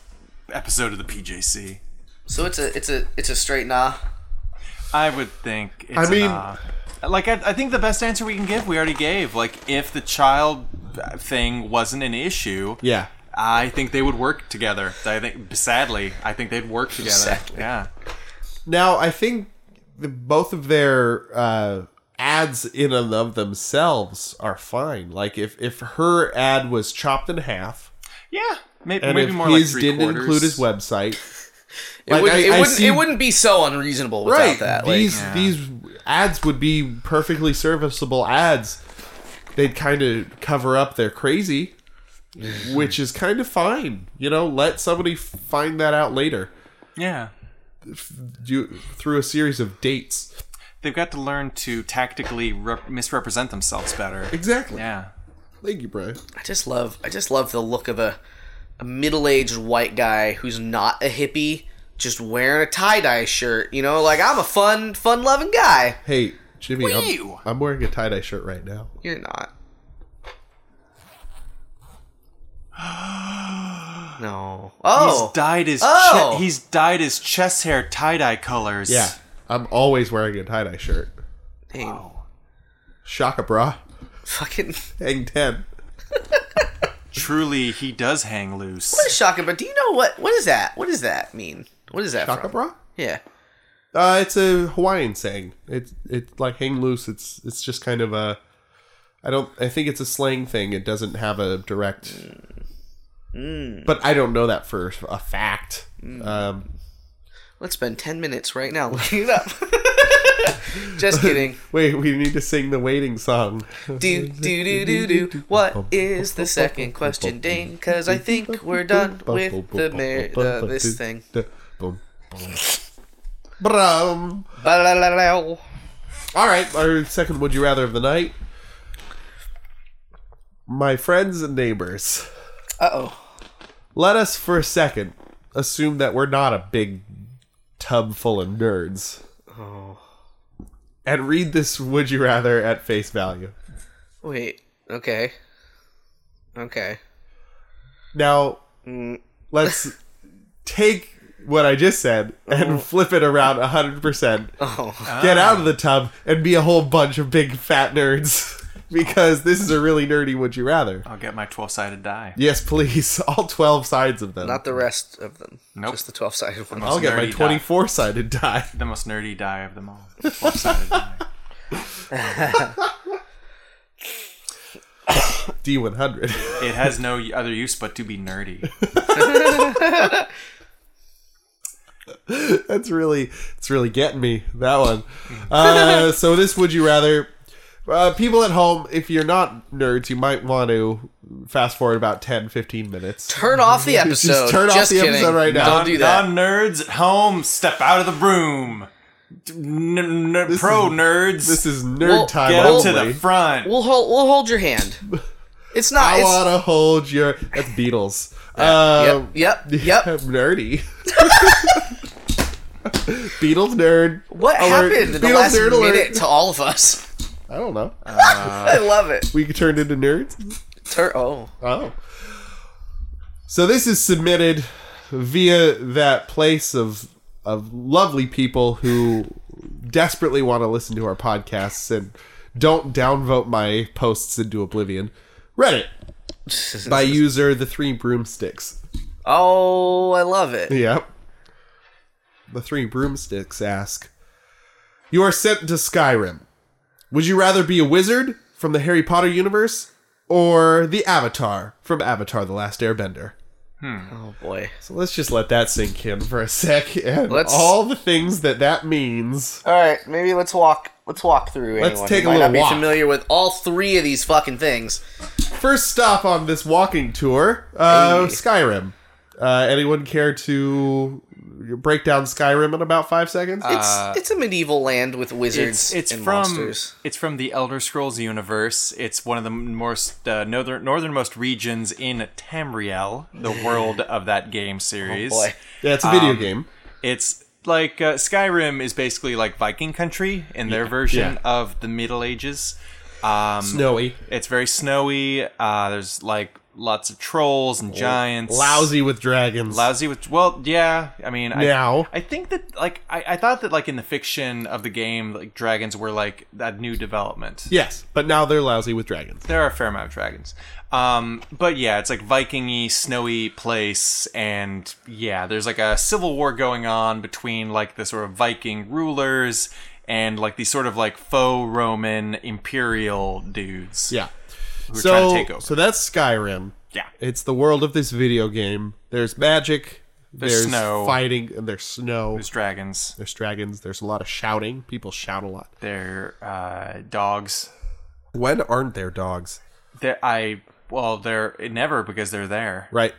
episode of the PJC.
So it's a it's a it's a straight nah.
I would think. It's
I
I
mean-
mean, like I, I think the best answer we can give, we already gave. Like if the child uh, thing wasn't an issue,
Yeah.
I think they would work together. I think sadly, I think they'd work together.
Sadly.
Yeah.
Now, I think the, both of their uh, ads in and of themselves are fine. Like, if, if her ad was chopped in half,
Yeah. Maybe,
and
maybe
if
more like
his
three
didn't
quarters.
include his website,
It,
Like,
wouldn't,
I-
it,
I
wouldn't,
see-
it wouldn't be so unreasonable without that. Like,
these these ads would be perfectly serviceable ads. They'd kind of cover up their crazy, which is kind of fine. You know, let somebody find that out later.
Yeah.
Do through a series of dates.
They've got to learn to tactically rep- misrepresent themselves better.
Exactly.
Yeah.
Thank you, Brian.
I just love I just love the look of a, a middle aged white guy who's not a hippie, just wearing a tie dye shirt. You know, like I'm a fun fun loving guy.
Hey, Jimmy, I'm,
Whew.
I'm wearing a tie dye shirt right now.
You're not. no. Oh.
He's dyed his
Oh.
che- he's dyed his chest hair tie dye colors.
Yeah, I'm always wearing a tie dye shirt.
Dang.
Shaka bra.
Fucking
Hang ten.
Truly, he does hang loose.
shocking, but do you know what what is that? What does that mean? What is that?
Shaka
from?
bra.
Yeah.
Uh, it's a Hawaiian saying. It's it's like hang loose. It's it's just kind of a. I don't. I think it's a slang thing. It doesn't have a direct. But I don't know that for a fact. Um,
Let's spend ten minutes right now looking it up. just kidding.
wait, we need to sing the waiting song.
Do do do do do. What is the second question, Dane? Because I think we're done with the mer- the this thing.
Brum.
Ba-la-la-la.
All right, our second would you rather of the night. My friends and neighbors.
Uh-oh.
let us for a second assume that we're not a big tub full of nerds. And read this would you rather at face value.
Wait. Okay. Okay.
Now, let's take what I just said and flip it around 100%.
Oh.
Get
Ah.
out of the tub and be a whole bunch of big fat nerds because this is a really nerdy would you rather.
I'll get my twelve sided die.
Yes, please. All 12 sides of them.
Not the rest of them.
Nope.
Just the twelve sided one.
I'll get my
nerdy die.
24 sided die.
The most nerdy die of them all. Twelve sided die.
D100.
It has no other use but to be nerdy.
That's really it's really getting me that one. Uh, so this would you rather? Uh, people at home, if you're not nerds, you might want to fast forward about 10, 15 minutes.
Turn off the episode.
Just turn off the
kidding.
episode right now.
Don't do that.
Non nerds at home, step out of the room. N- n- pro
is-
nerds,
This is nerd
Well,
time
get up to
only.
the front.
We'll hold. We'll hold your hand. It's not.
I
it's,
want to hold your. That's Beatles. Um,
yep. Yep. Yep.
nerdy. Beatles nerd.
What
alert.
happened in the
Beatles
last
nerd alert.
minute to all of us?
I don't know.
I love it.
we turned into nerds.
Tur- oh,
Oh. So this is submitted via that place of of lovely people who desperately want to listen to our podcasts and don't downvote my posts into oblivion. Reddit by user the three broomsticks.
Oh, I love it.
Yep. The three broomsticks ask You are sent to Skyrim. Would you rather be a wizard from the Harry Potter universe or the Avatar from Avatar The Last Airbender?
Oh boy.
So let's just let that sink in for a sec and
Let's-
all the things that that means.
All right, maybe let's walk. Let's walk through.
Let's
anyone
take
who
a
might
little
not be
walk.
familiar with all three of these fucking things.
First stop on this walking tour uh,
Hey.
Skyrim. Uh, anyone care to break down Skyrim in about five seconds?
It's
Uh,
it's a medieval land with
It's
wizards
it's
and
from
monsters.
it's from the Elder Scrolls universe. It's one of the most uh, northern northernmost regions in Tamriel, the world of that game series.
Oh, boy.
yeah, it's a video game.
It's like uh, Skyrim is basically like Viking country in their version
yeah.
of the Middle Ages. Um,
Snowy.
It's very snowy. Uh, there's like lots of trolls and giants.
Lousy with dragons.
Lousy with well, yeah. I mean, I,
Meow.
I think that like I, I thought that like in the fiction of the game, like dragons were like that new development.
Yes, but now they're lousy with dragons.
There are a fair amount of dragons, um, but yeah, it's like Vikingy, snowy place, and yeah, there's like a civil war going on between like the sort of Viking rulers and like these sort of like faux Roman imperial dudes.
Yeah.
who are
so,
trying to take over.
so that's Skyrim.
yeah,
It's the world of this video game. There's magic. There's,
snow.
fighting, and there's snow.
there's dragons,
There's dragons. There's a lot of shouting. People shout a lot.
they're uh, dogs.
When aren't there dogs?
They're, I well, they're never because they're there.
Right.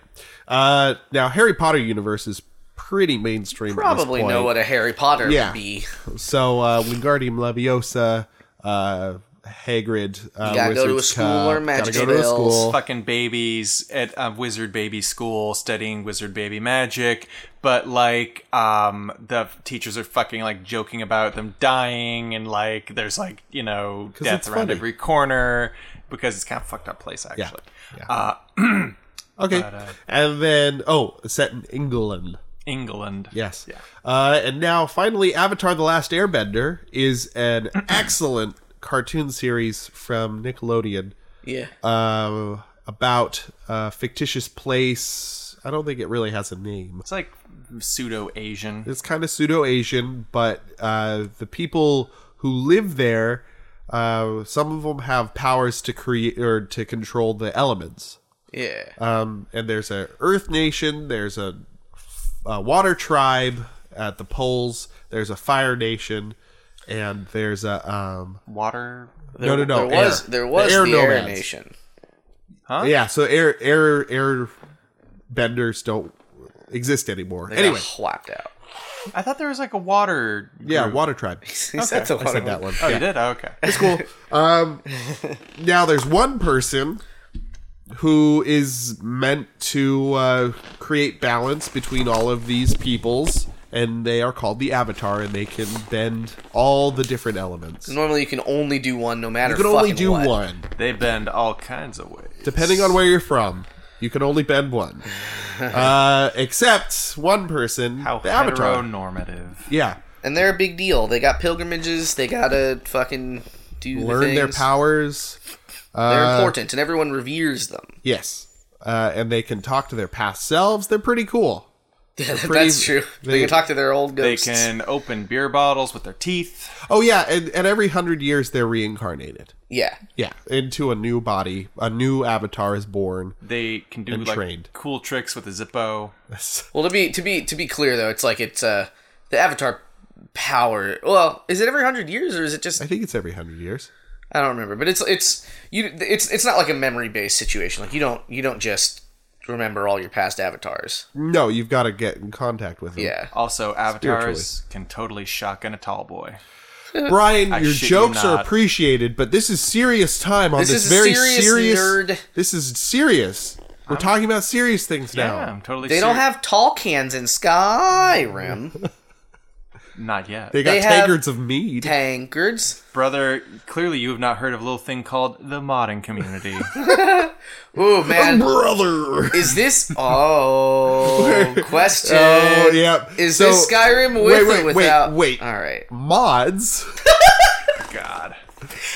Uh, now, Harry Potter universe is pretty mainstream. at this
Probably know
point.
what a Harry Potter
Yeah.
would be.
So, uh, Wingardium Leviosa, uh, Hagrid. Uh,
gotta go to a
Wizard's
school
Cup,
or magic
Gotta go to a
spells.
school.
fucking babies at a wizard baby school studying wizard baby magic but like um the teachers are fucking like joking about them dying and like there's like you know
it's
death around
funny.
every corner because it's kind of fucked up place actually
Okay. and then, oh, set in England.
england
Yes. Yeah. Uh, and now, finally, Avatar: The Last Airbender is an excellent cartoon series from Nickelodeon
Yeah.
uh, about a fictitious place. I don't think it really has a name.
it's like pseudo asian
It's kind of pseudo Asian, but uh, the people who live there, uh, some of them have powers to create or to control the elements.
yeah.
Um, and there's a Earth Nation. There's a, a Water Tribe at the poles. There's a Fire Nation, and there's a um,
water
There,
no, no,
There was
air.
there was
The
the
air
Air,
nomads.
Nation.
yeah. So air air air benders don't exist anymore.
They
anyway,
got whapped out.
i thought there was like a water
yeah,
group.
Water Tribe.
That's a
I said that one.
oh
Yeah.
you did oh, okay
Um, now there's one person who is meant to uh, create balance between all of these peoples and they are called the avatar and they can bend all the different elements you
Normally, you can only do one, no matter.
can only
fucking
do
what.
one
they bend all kinds of ways
depending on where you're from you can only bend one uh, except one person
how
the avatar
heteronormative
yeah
and they're a big deal. They got pilgrimages. They gotta fucking do. the
learn their uh,
things.
powers
They're important, and everyone reveres them.
yes uh, and they can talk to their past selves they're pretty cool
That's true. They,
they-
can talk to their old
They
ghosts.
can open beer bottles with their teeth.
oh yeah and, and every hundred years they're reincarnated
Yeah.
Yeah, into a new body, a new avatar is born.
They can do
And
like
trained.
cool tricks with a Zippo.
Well, to be to be to be clear though, it's like it's uh the Avatar power. Well, is it every hundred years or is it just
I think it's every hundred years.
I don't remember, but it's it's you it's it's not like a memory based situation. Like you don't you don't just remember all your past avatars.
No, you've got to get in contact with him.
Yeah.
Also, avatars can totally shotgun a tall boy.
Brian, your
shit you
jokes are
not.
appreciated, but this is serious time on this,
This is a
very serious.
serious nerd. Um,
This is serious. We're talking about serious things
Yeah,
now.
I'm totally.
They don't
serious.
have tall cans in Skyrim.
Not yet.
They got
They have-
tankards of mead.
Tankards.
Brother, clearly you have not heard of a little thing called the modding community.
Ooh man,
Brother.
is this? Oh, question.
Oh, yeah.
Is
So-
this Skyrim with
wait, wait,
or
wait,
without?
wait.
All right.
Mods.
God.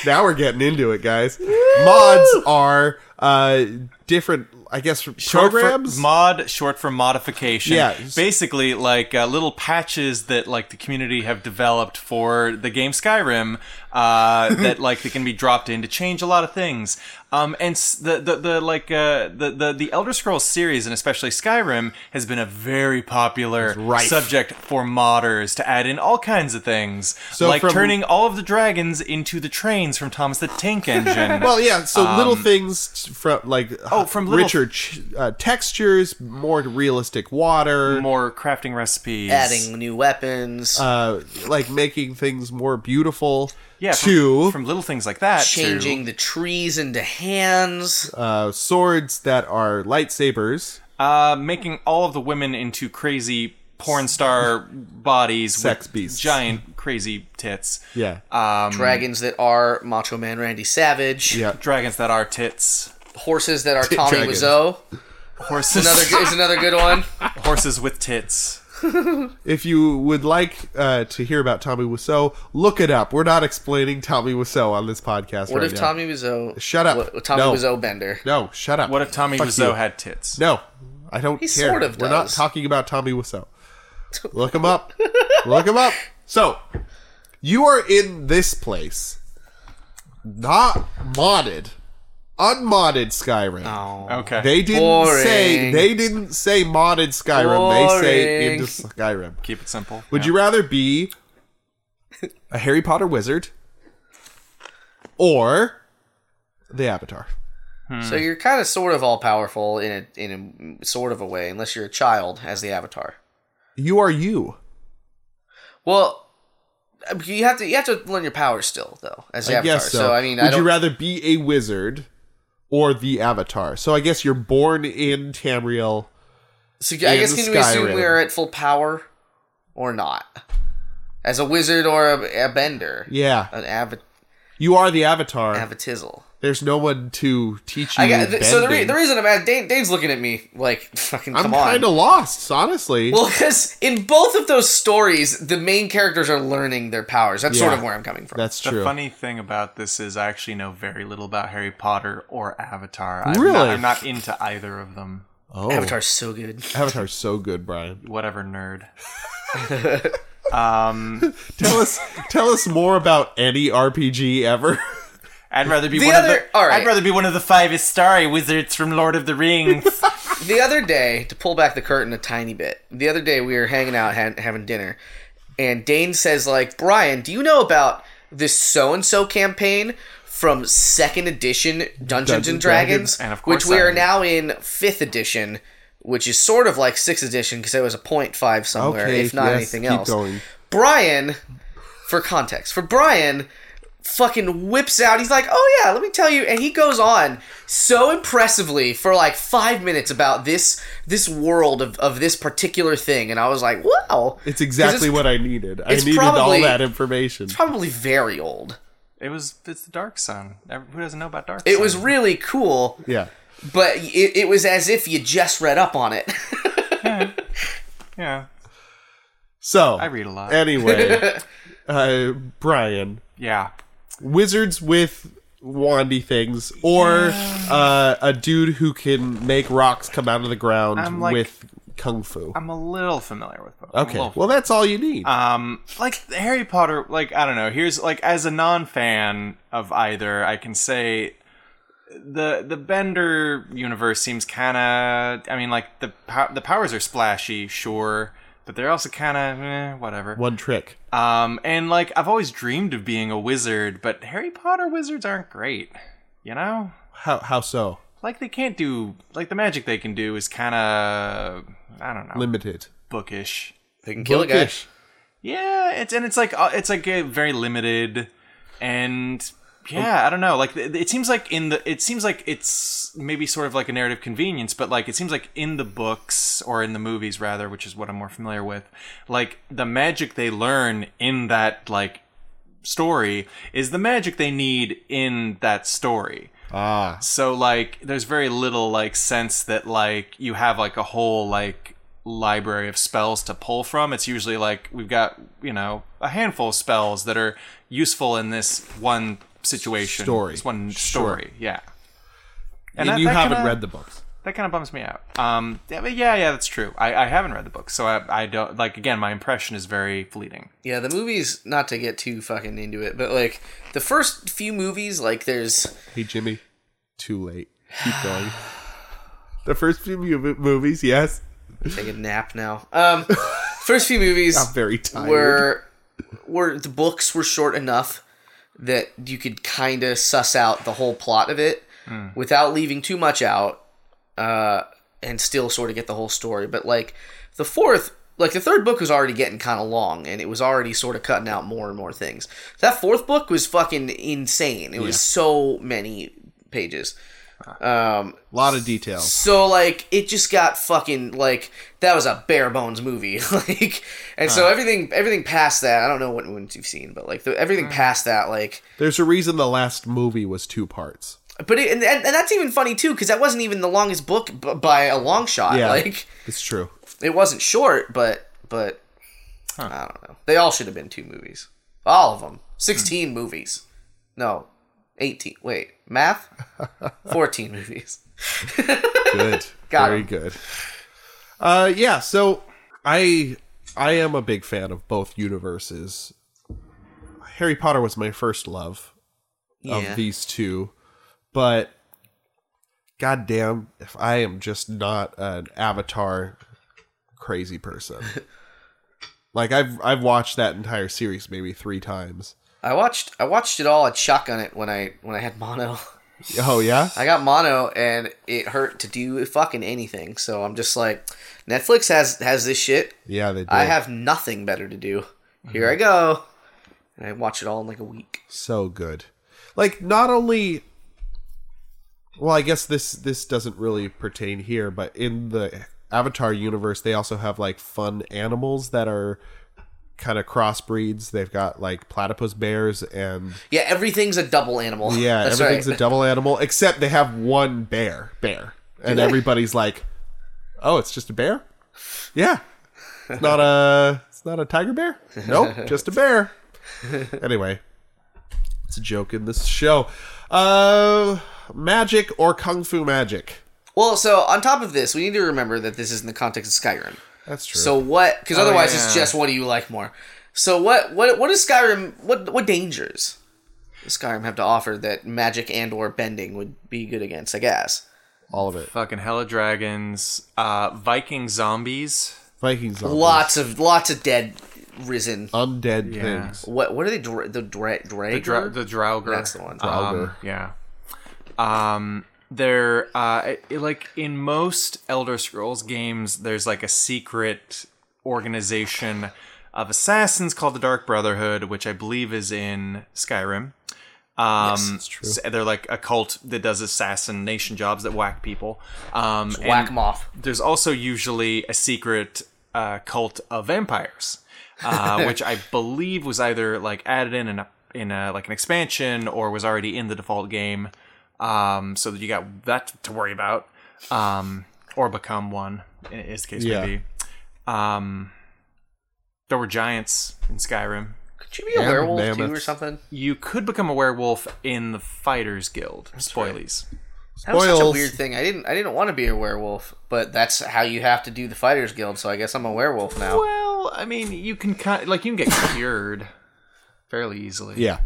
now we're getting into it, guys. Mods are uh different, I guess,
Short for-
programs.
mod, short for modification.
Yeah.
Basically, like uh, little patches that like the community have developed for the game Skyrim uh, that like they can be dropped in to change a lot of things. Um, and s- the, the, the like uh, the, the the Elder Scrolls series and especially Skyrim has been a very popular
rife.
subject for modders to add in all kinds of things,
So
like
from-
turning all of the dragons into the trains from Thomas the Tank Engine.
well, yeah. So little things from like oh,
Um, from little-
richer ch- uh, textures, more realistic water,
more crafting recipes,
Adding new weapons.
uh, like making things more beautiful.
yeah, from-
to
from, little things like that, to-
changing the trees into hands.
uh, swords that are lightsabers,
uh, making all of the women into crazy porn star bodies,
Sex
with
beasts.
giant crazy tits,
yeah,
Uh,
dragons that are Macho Man Randy Savage.
Um, yeah,
dragons that are tits,
Horses that are Tommy
dragons.
Wiseau.
horses,
Another good- is another good one.
horses with tits.
If you would like uh, to hear about Tommy Wiseau, look it up. We're not explaining Tommy Wiseau on this podcast
What
right
if
now.
Tommy Wiseau?
Shut up.
What, Tommy
No.
Wiseau Bender.
no, shut up.
What if Tommy
Fuck
Wiseau
you.
had tits?
No, I don't
He
care.
sort of
We're not
does.
talking about Tommy Wiseau. Look him up. look him up. So, you are in this place, not modded, unmodded Skyrim.
Okay.
They didn't
Oh, Boring.
say they didn't say modded Skyrim. They say
Boring.
into Skyrim.
Keep it simple.
Would you rather be a Harry Potter wizard or the Avatar?
So you're kind of sort of all powerful in a, in a sort of a way, unless you're a child as the Avatar.
You are you.
Well, you have to you have to learn your powers still though as the
I
Avatar.
guess so.
so. I mean,
would
I don't.
you rather be a wizard or the Avatar? So I guess you're born in Tamriel.
so I guess
in
can we assume
Skyrim?
we are at full power or not? As a wizard or a, a bender,
Yeah,
an av-
you are the Avatar.
avatizzle.
There's no one to teach you.
I got th- so the, re-
bending.
the reason I'm at Dane, Dane's looking at me like fucking
I'm
come on.
kind of lost, honestly.
Well, because in both of those stories, the main characters are learning their powers. That's sort
Yeah.
of where I'm coming from.
That's
The
true.
funny thing about this is I actually know very little about Harry Potter or Avatar. I'm
Really?
Not, I'm not into either of them.
oh,
Avatar's so good.
Avatar's so good, Brian.
Whatever nerd.
Tell us, tell us more about any RPG ever.
I'd rather be
The
one
other-
of the.
all right.
I'd rather be one of the five starry wizards from Lord of the Rings.
The other day, to pull back the curtain a tiny bit, the other day we were hanging out ha- having dinner, and Dane says, like, Brian, do you know about this so and so campaign from second edition Dungeons, and
and
Dragons?
Dragons.
And of course
which we
I
are
do.
now in fifth edition, which is sort of like sixth edition because it was a 0.5 somewhere,
Okay,
if not
yes,
anything
keep
else.
going.
Brian, for context, for Brian, fucking whips out. He's like, "Oh yeah, let me tell you," and he goes on so impressively for like five minutes about this this world of, of this particular thing, and I was like, "Wow,
It's exactly
it's-
what I needed. I
it's
needed all
probably-
that information.
probably very old."
It was it's the Dark Sun. Every- Who doesn't know about Dark Sun?
It was really cool,
Yeah.
but it, it was as if you just read up on it.
yeah.
So
I read a lot.
Anyway, uh, Brian,
Yeah.
wizards with wandy things, or uh, a dude who can make rocks come out of the ground
I'm like-
with kung fu.
I'm a little familiar with both.
okay, well that's all you need.
um like Harry Potter like I don't know. Here's like as a non-fan of either, I can say the the Bender universe seems kind of I mean like the pow- the powers are splashy, sure, but they're also kind of eh, whatever.
One trick.
Um and like I've always dreamed of being a wizard, but Harry Potter wizards aren't great, you know?
How how so?
like they can't do like the magic they can do is kind of I don't know
Limited.
bookish.
they can kill a guy.
Bookish.
Yeah, it's and it's like uh, it's like uh, very limited, and yeah, I don't know. Like th- it seems like in the it seems like it's maybe sort of like a narrative convenience, but like it seems like in the books or in the movies rather, which is what I'm more familiar with, like the magic they learn in that like story is the magic they need in that story.
Ah,
So like there's very little like sense that like you have like a whole like library of spells to pull from. It's usually like we've got, you know, a handful of spells that are useful in this one situation.
Story.
This one story. Yeah.
and,
that-
you
that
haven't
kinda-
read the books.
that kind of bums me out. Um yeah, but yeah, yeah, that's true. I, I haven't read the book, so I, I don't like again, my impression is very fleeting.
Yeah, the movies, not to get too fucking into it, but like the first few movies, like there's.
Hey, Jimmy. Too late. Keep going. the first few mu- movies, yes.
Take a nap now. Um, first few movies
I'm very tired.
were. were The books were short enough that you could kind of suss out the whole plot of it without leaving too much out uh, and still sort of get the whole story. But like the fourth. Like the third book was already getting kind of long, and it was already sort of cutting out more and more things. That fourth book was fucking insane. It was so many pages. Um,
a lot of details.
so like it just got fucking like that was a bare bones movie like and so everything everything past that I don't know what ones you've seen but like the, everything past that like
There's a reason the last movie was two parts.
but it, and, and that's even funny too because that wasn't even the longest book b- by a long shot
Yeah,
like
it's true.
it wasn't short but but I don't know they all should have been two movies all of them sixteen movies no eighteen wait math fourteen movies
Good,
Got
very
him.
good. Uh, yeah. So I I am a big fan of both universes. Harry Potter was my first love
Yeah.
of these two, but goddamn, if I am just not an Avatar crazy person. like I've I've watched that entire series maybe three times.
I watched I watched it all at shotgun it when I when I had mono.
Oh yeah,
I got mono and it hurt to do fucking anything. So I'm just like, Netflix has has this shit.
yeah Uh-huh. they did.
I have nothing better to do. Here I go, and I watch it all in like a week.
so good like not only well i guess this this doesn't really pertain here but in the avatar universe they also have like fun animals that are kind of crossbreeds they've got like platypus bears and
Yeah, everything's a double animal.
yeah
That's
everything's
right.
a double animal except they have one bear bear and everybody's like oh it's just a bear yeah it's not a it's not a tiger bear nope just a bear anyway it's a joke in this show uh magic or kung fu magic
well, so on top of this, we need to remember that this is in the context of Skyrim.
that's true
So what? Because
Oh,
otherwise, it's
yeah.
just what do you like more? So what? What? What is Skyrim? What? What dangers does Skyrim have to offer that magic and or bending would be good against? I guess.
all of it
Fucking hella dragons, uh Viking zombies.
viking zombies
Lots of lots of dead, risen.
undead
Yeah.
things
What? What are they? Dra- the dra-
The,
dragon.
dra- the Draugr.
That's the one.
Uh,
Um, yeah. Um, there, uh, it- it- like in most Elder Scrolls games, there's like a secret organization of assassins called the Dark Brotherhood, which I believe is in Skyrim. Um,
that's true.
s- They're like a cult that does assassination jobs that whack people. Um, and
Whack 'em off.
There's also usually a secret uh, cult of vampires, uh, which I believe was either like added in in a, in a like an expansion or was already in the default game. Um, so that you got that to worry about, um, or become one, i- is the case
Yeah.
may be. Um, there were giants in Skyrim.
Could you be a
And
werewolf too, or
mammoths.
something?
You could become a werewolf in the Fighters Guild. Spoilies.
That was such a
Spoils.
weird thing. I didn't. I didn't want to be a werewolf, but that's how you have to do the Fighters Guild. So I guess I'm a werewolf now.
Well, I mean, you can kind like you can get cured fairly easily.
Yeah.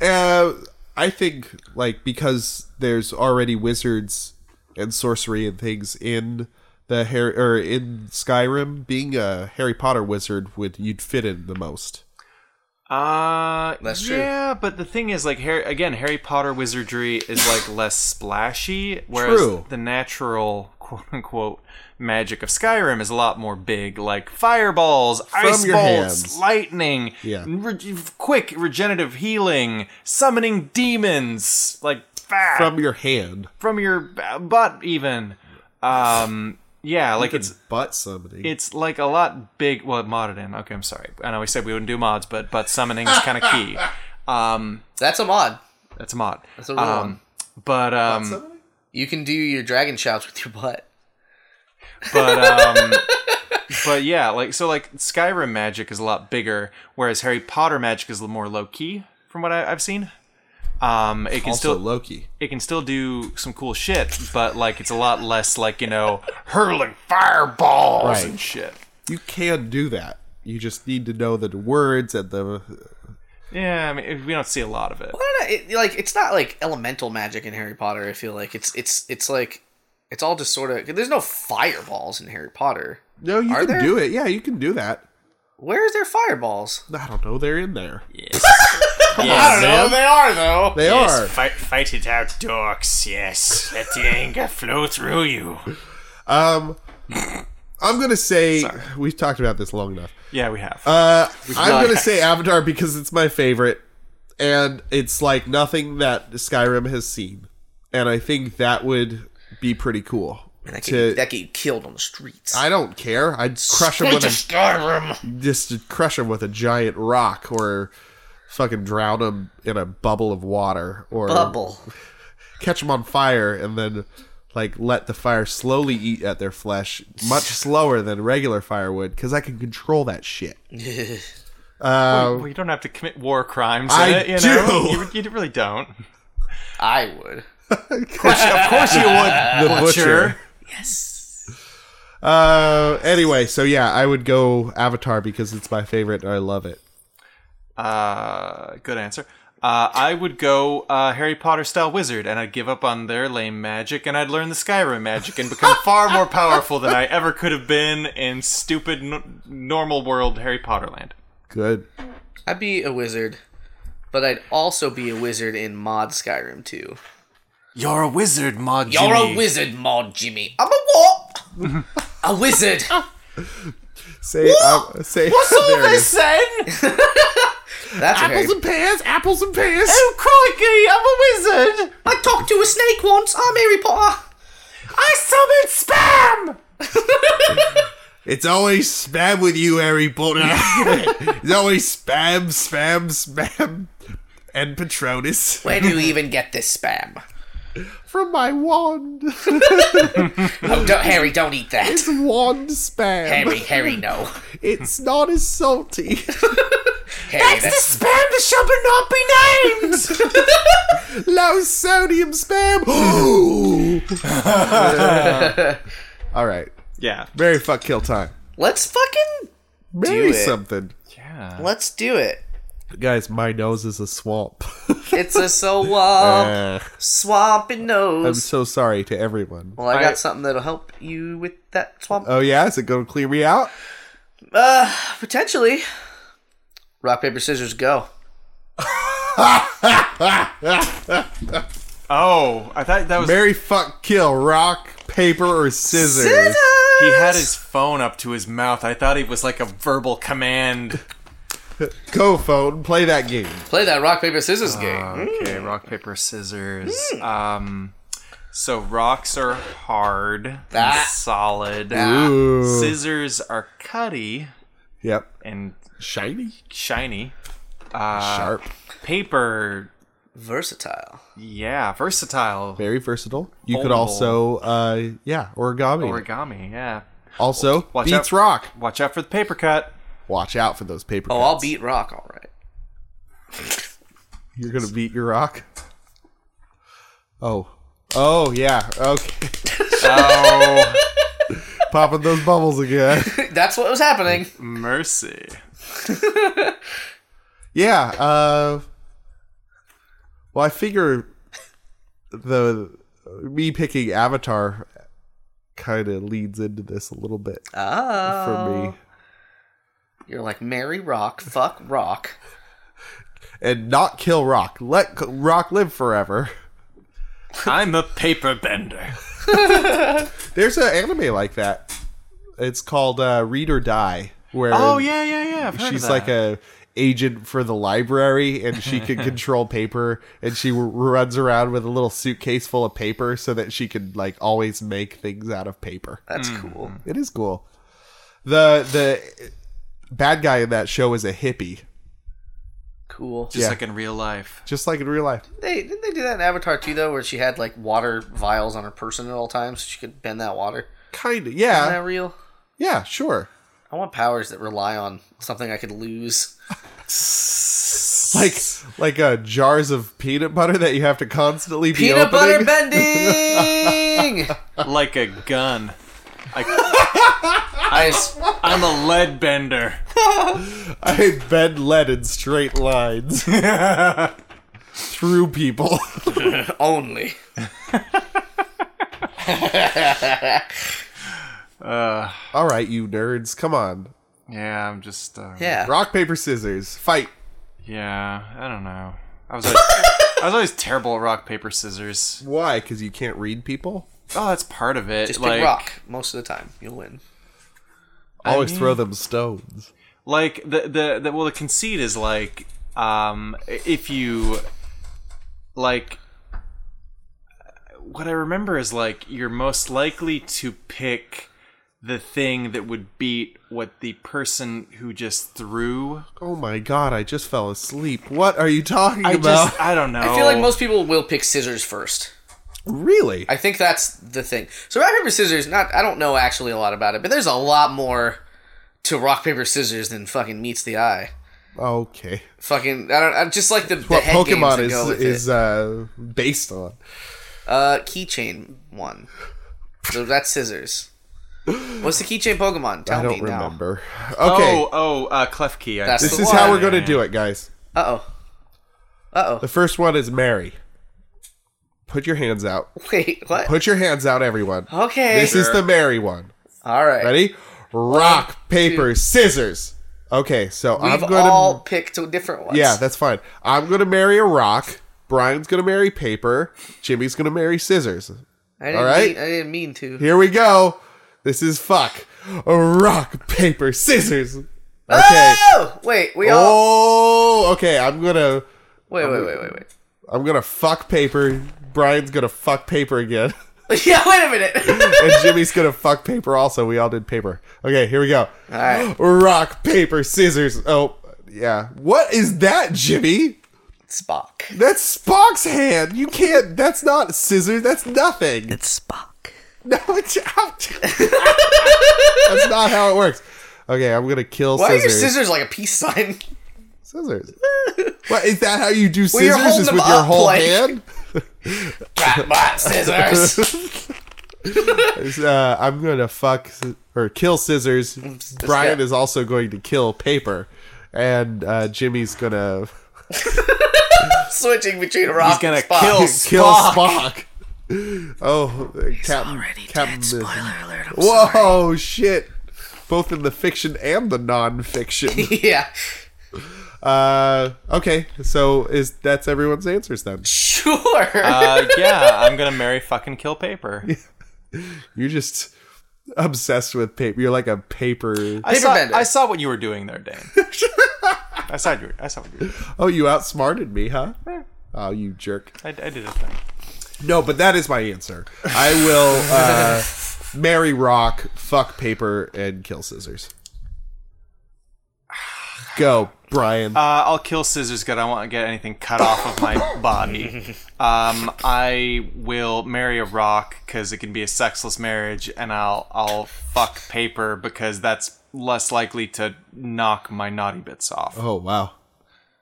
Uh, I think like because there's already wizards and sorcery and things in the Harry or in Skyrim, being a Harry Potter wizard would you'd fit in the most.
Uh,
That's true.
yeah, but the thing is, like, Harry again, Harry Potter wizardry is like less splashy, whereas
True.
the natural quote unquote magic of Skyrim is a lot more big, like fireballs, ice
your
bolts,
hands.
lightning,
Yeah.
re- quick regenerative healing, summoning demons, like fast
from your hand.
from your b- butt even. Um, yeah, like it's
butt somebody.
it's like a lot big. Well, it modded in. Okay, I'm sorry. I know we said we wouldn't do mods, but but summoning is kind of key. Um,
That's a mod.
that's a mod.
That's a real one.
um, but um,
You can do your dragon shouts with your butt.
but um but yeah like so like skyrim magic is a lot bigger whereas harry potter magic is a little more low key from what I, i've seen um it can
also
still
Loki.
it can still do some cool shit but like it's a lot less like you know hurling fireballs
Right.
and shit
You can do that. You just need to know the words and the.
yeah i mean we don't see a lot of it
I don't know. It, like it's not like elemental magic in Harry Potter. I feel like it's it's it's like it's all just sort of. There's no fireballs in Harry Potter.
No, you
Are
can
there?
do it. Yeah, you can do that.
Where is there fireballs?
I don't know. They're in there.
I don't know. They are
Oh,
though.
They are.
Fight, fight it out, dorks. Yes, let the anger flow through you.
Um, I'm gonna say we've talked about this long enough.
Yeah, we have.
Uh, I'm
not.
gonna say Avatar because it's my favorite, and it's like nothing that Skyrim has seen, and I think that would be pretty cool.
That
to-
get, that get killed on the streets.
I don't care. I'd crush him with a
Skyrim.
just to crush him with a giant rock or fucking drown him in a bubble of water or
Bubble.
catch him on fire and then like let the fire slowly eat at their flesh much slower than regular fire would because i can control that shit
well, you don't have to commit war crimes.
I
in it, you know?
do.
You, you really don't.
I would.
of course you would the butcher
Butcher.
uh anyway so yeah i would go avatar because it's my favorite and i love it
Uh, good answer. Uh, I would go uh, Harry Potter style wizard, and I'd give up on their lame magic, and I'd learn the Skyrim magic, and become far more powerful than I ever could have been in stupid n- normal world Harry Potter land.
good
I'd be a wizard, but I'd also be a wizard in mod Skyrim too.
You're a wizard, Mod.
You're a wizard, mod Jimmy. I'm a what? a wizard.
say um, say there it is.
then?
That's a Harry.
apples and pears apples and pears
Oh crikey! I'm a wizard.
I talked to a snake once. I'm Harry Potter.
I summoned spam.
It's always spam with you, Harry Potter. it's always spam, spam, spam. And Patronus.
Where do you even get this spam?
From my wand.
Oh, don't, Harry, don't eat that.
It's wand spam.
Harry, Harry, no.
It's not as salty.
Harry, that's,
spam that shall not be named.
Low sodium spam. All right.
Yeah.
Merry fuck kill time.
let's fucking
Merry
it.
something.
Yeah.
let's do it.
Guys, my nose is a swamp.
It's a so swamp,
Uh,
swampy
I'm
nose.
so sorry to everyone.
Well, I got
I-
something that'll help you with that swamp.
Oh, yeah? Is it going to clear me out?
Uh, potentially. Rock paper scissors go.
Oh, I thought that was
Merry fuck kill. Rock, paper, or scissors.
Scissors.
He had his phone up to his mouth. I thought it was like a verbal command.
Go phone, play that game.
Play that rock paper scissors game.
Okay, rock, paper, scissors. Um, so rocks are hard, and
Ah.
solid.
Ooh.
Scissors are cutty
Yep.
and
Shiny,
shiny.
sharp,
Paper,
Versatile.
yeah, versatile.
very versatile. You could
Foldable.
also, uh, yeah, origami.
Origami, yeah.
also,
Watch
beats
out.
rock.
Watch out for the paper cut.
Watch out for those paper.
Oh, I'll
cuts.
beat rock. All right.
You're gonna beat your rock. Oh, oh yeah. Okay,
Oh,
popping those bubbles again.
That's what was happening.
mercy.
Yeah. Uh, well, I figure the me picking Avatar kind of leads into this a little bit
Ah.
for
Oh.
me.
You're like Mary Rock, fuck Rock.
and not kill Rock. Let c- Rock live forever.
I'm a paper bender.
There's an anime like that. It's called uh, Read or Die, where
Oh yeah, yeah, yeah. I've heard
she's
of
like
that.
a agent for the library and she can control paper and she r- runs around with a little suitcase full of paper so that she can like always make things out of paper
That's cool.
it is cool the the bad guy in that show is a hippie
Cool.
just
yeah.
like in real life.
just like in real life
They didn't they do that in Avatar too though, where she had like water vials on her person at all times, so she could bend that water.
kind of
Isn't
yeah
that real?
yeah sure
I want powers that rely on something I could lose.
like like uh jars of peanut butter that you have to constantly be
Peanut butter
opening.
bending.
Like a gun.
I s-
I'm a lead bender.
i bend lead in straight lines through people
only.
all right you nerds come on
Yeah, I'm just. Uh,
Yeah.
Rock, paper, scissors. Fight.
Yeah, I don't know. I was always, I was always terrible at rock paper scissors.
Why? Because you can't read people?
Oh, that's part of it.
Just pick
like,
rock most of the time. You'll win.
Always
mean-
throw them stones.
like the, the the well, the conceit is like, um, if you like, what I remember is like you're most likely to pick the thing that would beat what the person who just threw.
Oh my god, I just fell asleep. What are you talking
I
about?
just I don't know.
I feel like most people will pick scissors first.
Really?
I think that's the thing. So rock paper scissors. Not I don't know actually a lot about it, but there's a lot more to rock paper scissors than fucking meets the eye.
okay.
Fucking I don't. I just like the, the
What
head games
Pokemon
that
is
go with it.
is uh, based on?
Uh, keychain one. So that's scissors. What's the keychain Pokemon? Tell
I don't
me now.
remember. Okay,
Oh, oh, uh, clef key. I-
That's
this
the
is
one.
how we're going to do it, guys.
Uh oh. Uh
The
oh.
first one is Mary. Put your hands out.
Wait, what?
Put your hands out, everyone.
Okay.
This is the Mary one.
All right.
Ready? Rock, paper, scissors. Okay, so I'm
We've
going to
all picked different ones.
Yeah, that's fine. I'm gonna marry a rock. Brian's gonna marry paper. Jimmy's gonna marry scissors.
I didn't
all right.
Mean, I didn't mean to.
Here we go. This is fuck. A rock, paper, scissors. Okay.
Oh wait, we all.
Oh, okay. I'm gonna
Wait, wait, wait, wait, wait.
I'm gonna fuck paper. Brian's gonna fuck paper again,
yeah, wait a minute.
and Jimmy's gonna fuck paper. Also, we all did paper. Okay, here we go.
all right,
Rock, paper, scissors. Oh, yeah. What is that, Jimmy?
Spock.
That's Spock's hand. You can't. That's not scissors. That's nothing.
It's Spock.
No, it's out. That's not how it works. Okay, I'm gonna kill
Why are your
scissors.
scissors like a peace sign?
scissors. What is that? How you do
Well, you're
scissors? is
holding
with
them
your
up,
whole
like-
hand?
Rat bot scissors.
It's, Uh, I'm gonna fuck sci- or kill scissors. Brian
yeah.
is also going to kill paper, and uh, Jimmy's gonna
Switching between rock
gonna
and Spock.
kill-
kill
Spock.
Spock. Oh, uh, Captain!
already
Captain!
dead. Spoiler alert. I'm
Whoa,
sorry.
shit! Both in the fiction and the non-fiction.
yeah.
Uh, okay, so is that's everyone's answers then?
Sure.
Uh, yeah, I'm gonna marry fucking kill paper.
You're just obsessed with paper. You're like a paper.
I
Paper
saw,
bender.
I saw what you were doing there, Dane. I saw you. I saw what you were doing.
Oh, you outsmarted me, huh? Oh, you jerk.
I, I did a thing.
No, but that is my answer. I will uh, marry rock, fuck paper, and kill scissors. Go, Brian.
Uh, I'll kill scissors because I won't get anything cut off of my body. Um, I will marry a rock because it can be a sexless marriage, and I'll I'll fuck paper because that's less likely to knock my naughty bits off.
oh wow.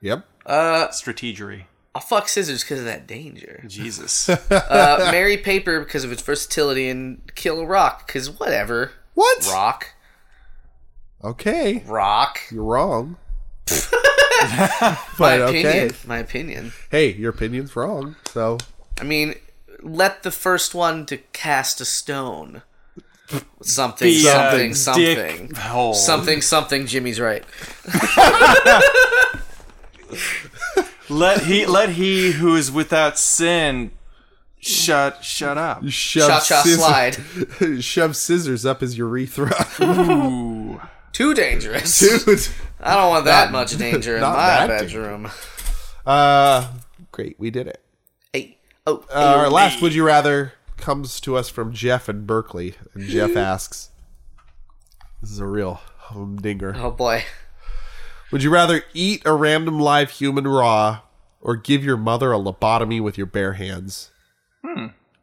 Yep.
Strategery.
I'll fuck scissors because of that danger.
Jesus.
Uh, marry paper because of its versatility and kill rock because whatever.
What?
Rock.
Okay,
Rock.
you're wrong.
My
but okay.
opinion. My opinion.
Hey, your opinion's wrong. So
I mean, let the first one to cast a stone. Something,
Be a
something, something.
dick hole.
Something, something, Jimmy's right.
Let he let he who is without sin Shut shut up.
Shove
Cha-cha
slide. shove scissors up his urethra.
Ooh.
Too dangerous.
Dude.
I don't want that much danger in
not
my
that
bedroom.
Uh, great, we did it.
Hey, oh,
Uh, our last would you rather comes to us from Jeff in Berkeley, and Jeff asks, "This is a real humdinger.
oh boy.
Would you rather eat a random live human raw, or give your mother a lobotomy with your bare hands?"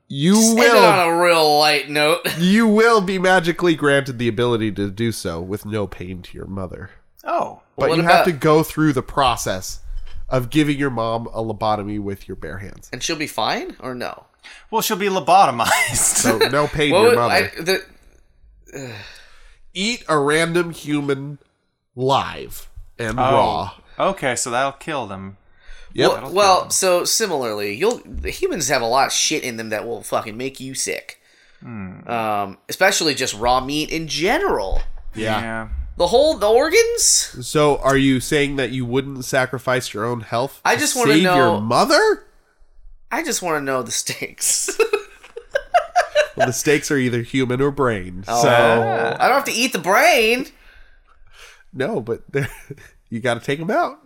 You
Hmm. End it
will.
on a real light note.
You will be magically granted the ability to do so with no pain to your mother.
Oh.
But
What
you have
about-
to go through the process of giving your mom a lobotomy with your bare hands.
And she'll be fine or no?
Well, she'll be lobotomized.
So no pain to
What
your
would,
mother.
I, the,
eat a random human live and raw.
Oh, Okay, so that'll kill them.
Yep.
well, well, so similarly, you'll the humans have a lot of shit in them that will fucking make you sick.
Hmm.
Um, especially just raw meat in general.
yeah.
The whole the organs.
So are you saying that you wouldn't sacrifice your own health?
I just wanna
save
know-
your mother?
I just want to know the stakes.
Well, the stakes are either human or brain.
Oh.
So
I don't have to eat the brain.
no, but they're- you got to take them out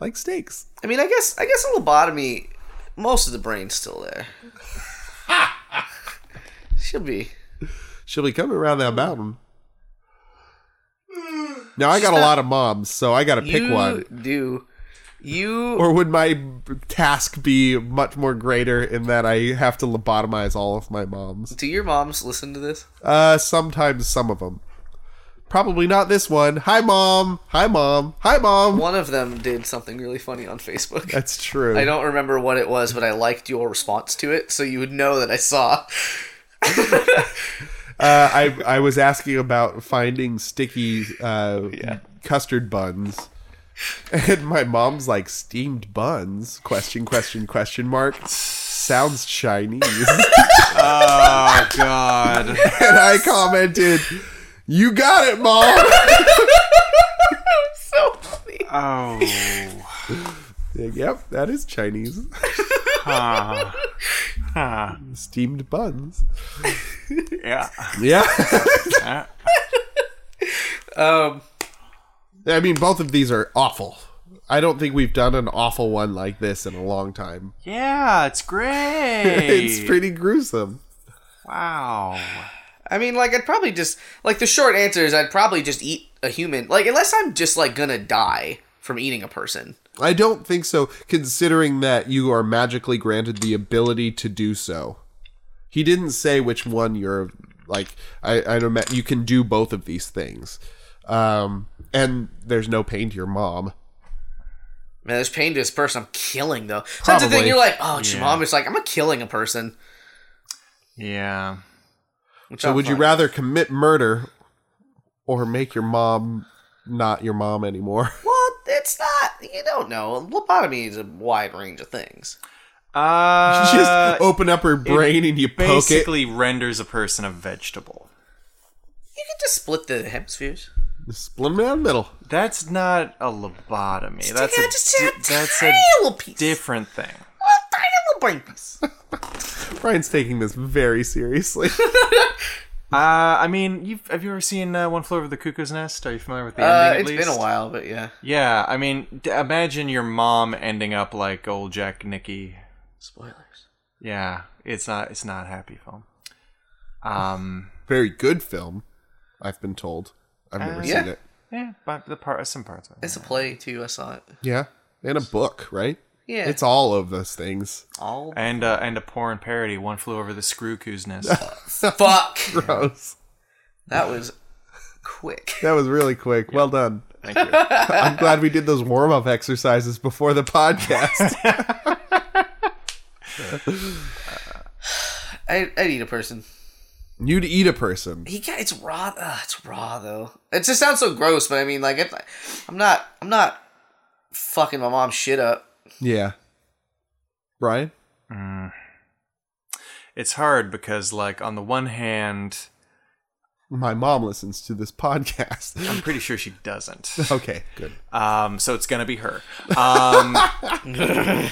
like steaks.
I mean, I guess I guess a lobotomy. Most of the brain's still there. She'll be.
She'll be coming around that mountain. Now I got a lot of moms, so I got to pick
you
one.
Do you?
Or would my b- task be much more greater in that I have to lobotomize all of my moms?
do your moms listen to this?
Uh, sometimes some of them. Probably not this one. Hi, mom. Hi, mom. Hi, mom.
One of them did something really funny on Facebook.
That's true.
I don't remember what it was, but I liked your response to it, so you would know that I saw.
Uh, I I was asking about finding sticky uh, custard buns, and my mom's like steamed buns? Question question question mark. Sounds Chinese.
Oh God.
and I commented, "You got it, mom."
So funny.
Oh.
yep, that is Chinese.
Huh. Huh.
Steamed buns.
Yeah.
Yeah.
Uh,
Um,
I mean, both of these are awful. I don't think we've done an awful one like this in a long time.
Yeah, it's great.
It's pretty gruesome.
Wow.
I mean, like I'd probably just like the short answer is I'd probably just eat a human, like unless I'm just like gonna die from eating a person.
I don't think so, considering that you are magically granted the ability to do so. He didn't say which one you're like. I I don't. ma- You can do both of these things, um, and there's no pain to your mom.
Man, there's pain to this person I'm killing though. So that's the thing.
Probably.
You're like, oh, it's your
Yeah.
mom is like, I'm a killing a person.
Yeah.
Which
So
I'm
would you
fine.
rather commit murder or make your mom not your mom anymore?
Well, it's not. You don't know. Lobotomy is a wide range of things.
Uh,
Just open up her brain and you poke it.
basically renders a person a vegetable.
You could just split the hemispheres.
Split 'em down the middle.
That's not a lobotomy. that's
yeah,
a
just a
di- that's
tiny
a
little piece.
different thing.
Well, tiny little brain piece.
Brian's taking this very seriously.
Uh, I mean, you've, have you ever seen uh, One Floor Over the Cuckoo's Nest? Are you familiar with the
Uh,
ending?
it's
at
been a
least?
while, but yeah.
Yeah, I mean, d- imagine your mom ending up like old Jack Nicky.
Spoilers.
Yeah, it's not it's not a happy film. Um,
very good film, I've been told. I've never
yeah.
seen it.
yeah, but the part some parts of it.
It's a play too. I saw it.
Yeah, and a book, right?
Yeah.
It's all of those things.
all
And uh, and a porn parody, One Flew Over the Screw Coos Nest.
fuck.
Gross.
That was quick.
That was really quick. Well done.
Thank you.
I'm glad we did those warm up exercises before the podcast.
I I need a person.
You'd eat a person.
He got it's raw. Ugh, it's raw though. It just sounds so gross, but I mean, like, if, I'm not I'm not fucking my mom's shit up.
Yeah. Brian?
It's hard because like on the one hand,
My mom listens to this podcast.
I'm pretty sure she doesn't.
Okay, good.
Um, so it's gonna be her. Um,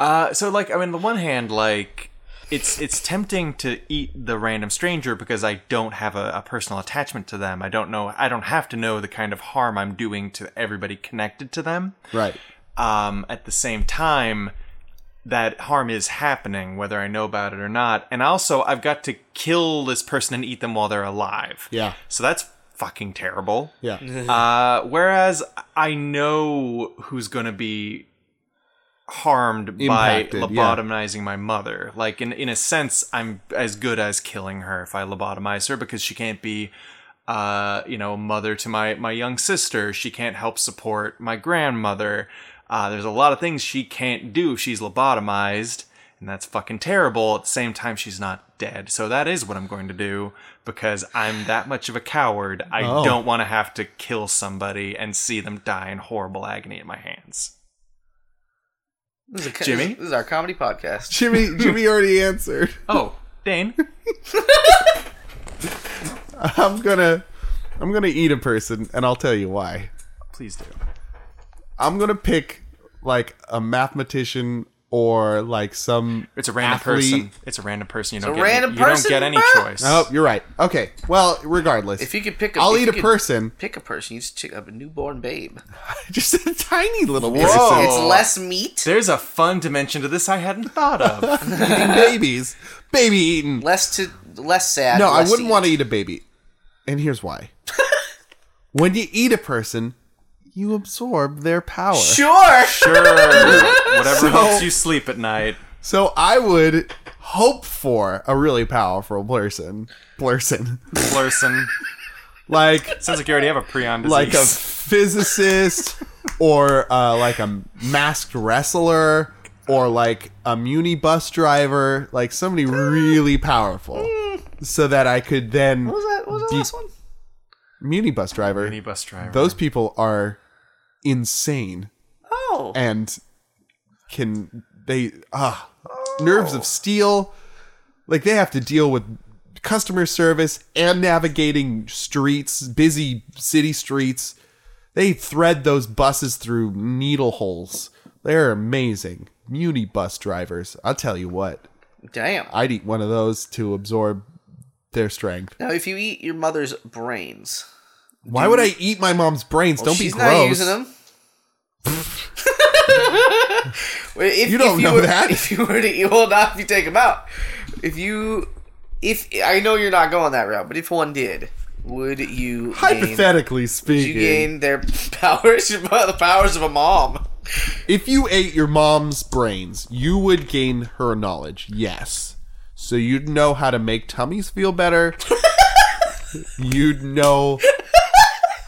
Uh, so like, I mean, on the one hand, like, it's it's tempting to eat the random stranger because I don't have a, a personal attachment to them. I don't know. I don't have to know the kind of harm I'm doing to everybody connected to them.
Right.
Um, at the same time, that harm is happening, whether I know about it or not. And also, I've got to kill this person and eat them while they're alive.
Yeah.
So that's fucking terrible.
Yeah.
Uh, whereas I know who's going to be harmed
Impacted,
by
yeah.
lobotomizing my mother. Like in in a sense, I'm as good as killing her if I lobotomize her because she can't be. Uh, you know, mother to my my young sister. She can't help support my grandmother. Uh, there's a lot of things she can't do. if She's lobotomized, and that's fucking terrible. At the same time, she's not dead. So that is what I'm going to do because I'm that much of a coward. I
Oh.
don't want to have to kill somebody and see them die in horrible agony at my hands.
This is a,
Jimmy?
This is our comedy podcast.
Jimmy Jimmy already answered.
Oh, Dane.
I'm gonna I'm gonna eat a person and I'll tell you why.
Please do.
I'm gonna pick like a mathematician or like some
It's a random
athlete.
person. It's a random person. You don't
a
get
random
any,
person, Ah.
You don't get any
bruh.
choice.
Oh, you're right. Okay. Well, regardless.
If you could pick, a,
I'll
if
eat
you
a
could
person.
Pick a person. You just pick up a newborn babe.
Just a tiny little
It's-
person.
it's-
It's less meat,
There's a fun dimension to this I hadn't thought of.
Eating babies. Baby eating.
less to less sad.
No, I
less
wouldn't want
to.
to eat a baby. And here's why. when you eat a person, you absorb their power.
eat. Sure.
sure. Whatever
So-
helps you sleep at night.
So I would hope for a really powerful person. Person.
Blurson.
Like
Sounds like you already have a prion disease.
like a physicist or uh, like a masked wrestler or like a muni bus driver, like somebody really powerful, so that I could then
Mm. What was that? What was that
Deep-
last one?
muni bus driver.
Any bus driver.
Those people are insane
Oh,
and can they ah nerves of steel, like they have to deal with customer service and navigating streets, busy city streets. They thread those buses through needle holes. They're amazing. Muni bus drivers. I'll tell you what.
damn.
I'd eat one of those to absorb their strength.
Now, if you eat your mother's brains,
Why would I eat my mom's brains? Don't
she's
be
not
gross.
using them. Well, if,
You don't
if you
know
were,
that.
If you were to eat, well, not if you take them out. If you, if I know you're not going that route, but if one did, would you? gain-
Hypothetically
would you
speaking,
gain their powers, your mo- the powers of a mom.
if you ate your mom's brains, you would gain her knowledge. Yes. So you'd know how to make tummies feel better. you'd know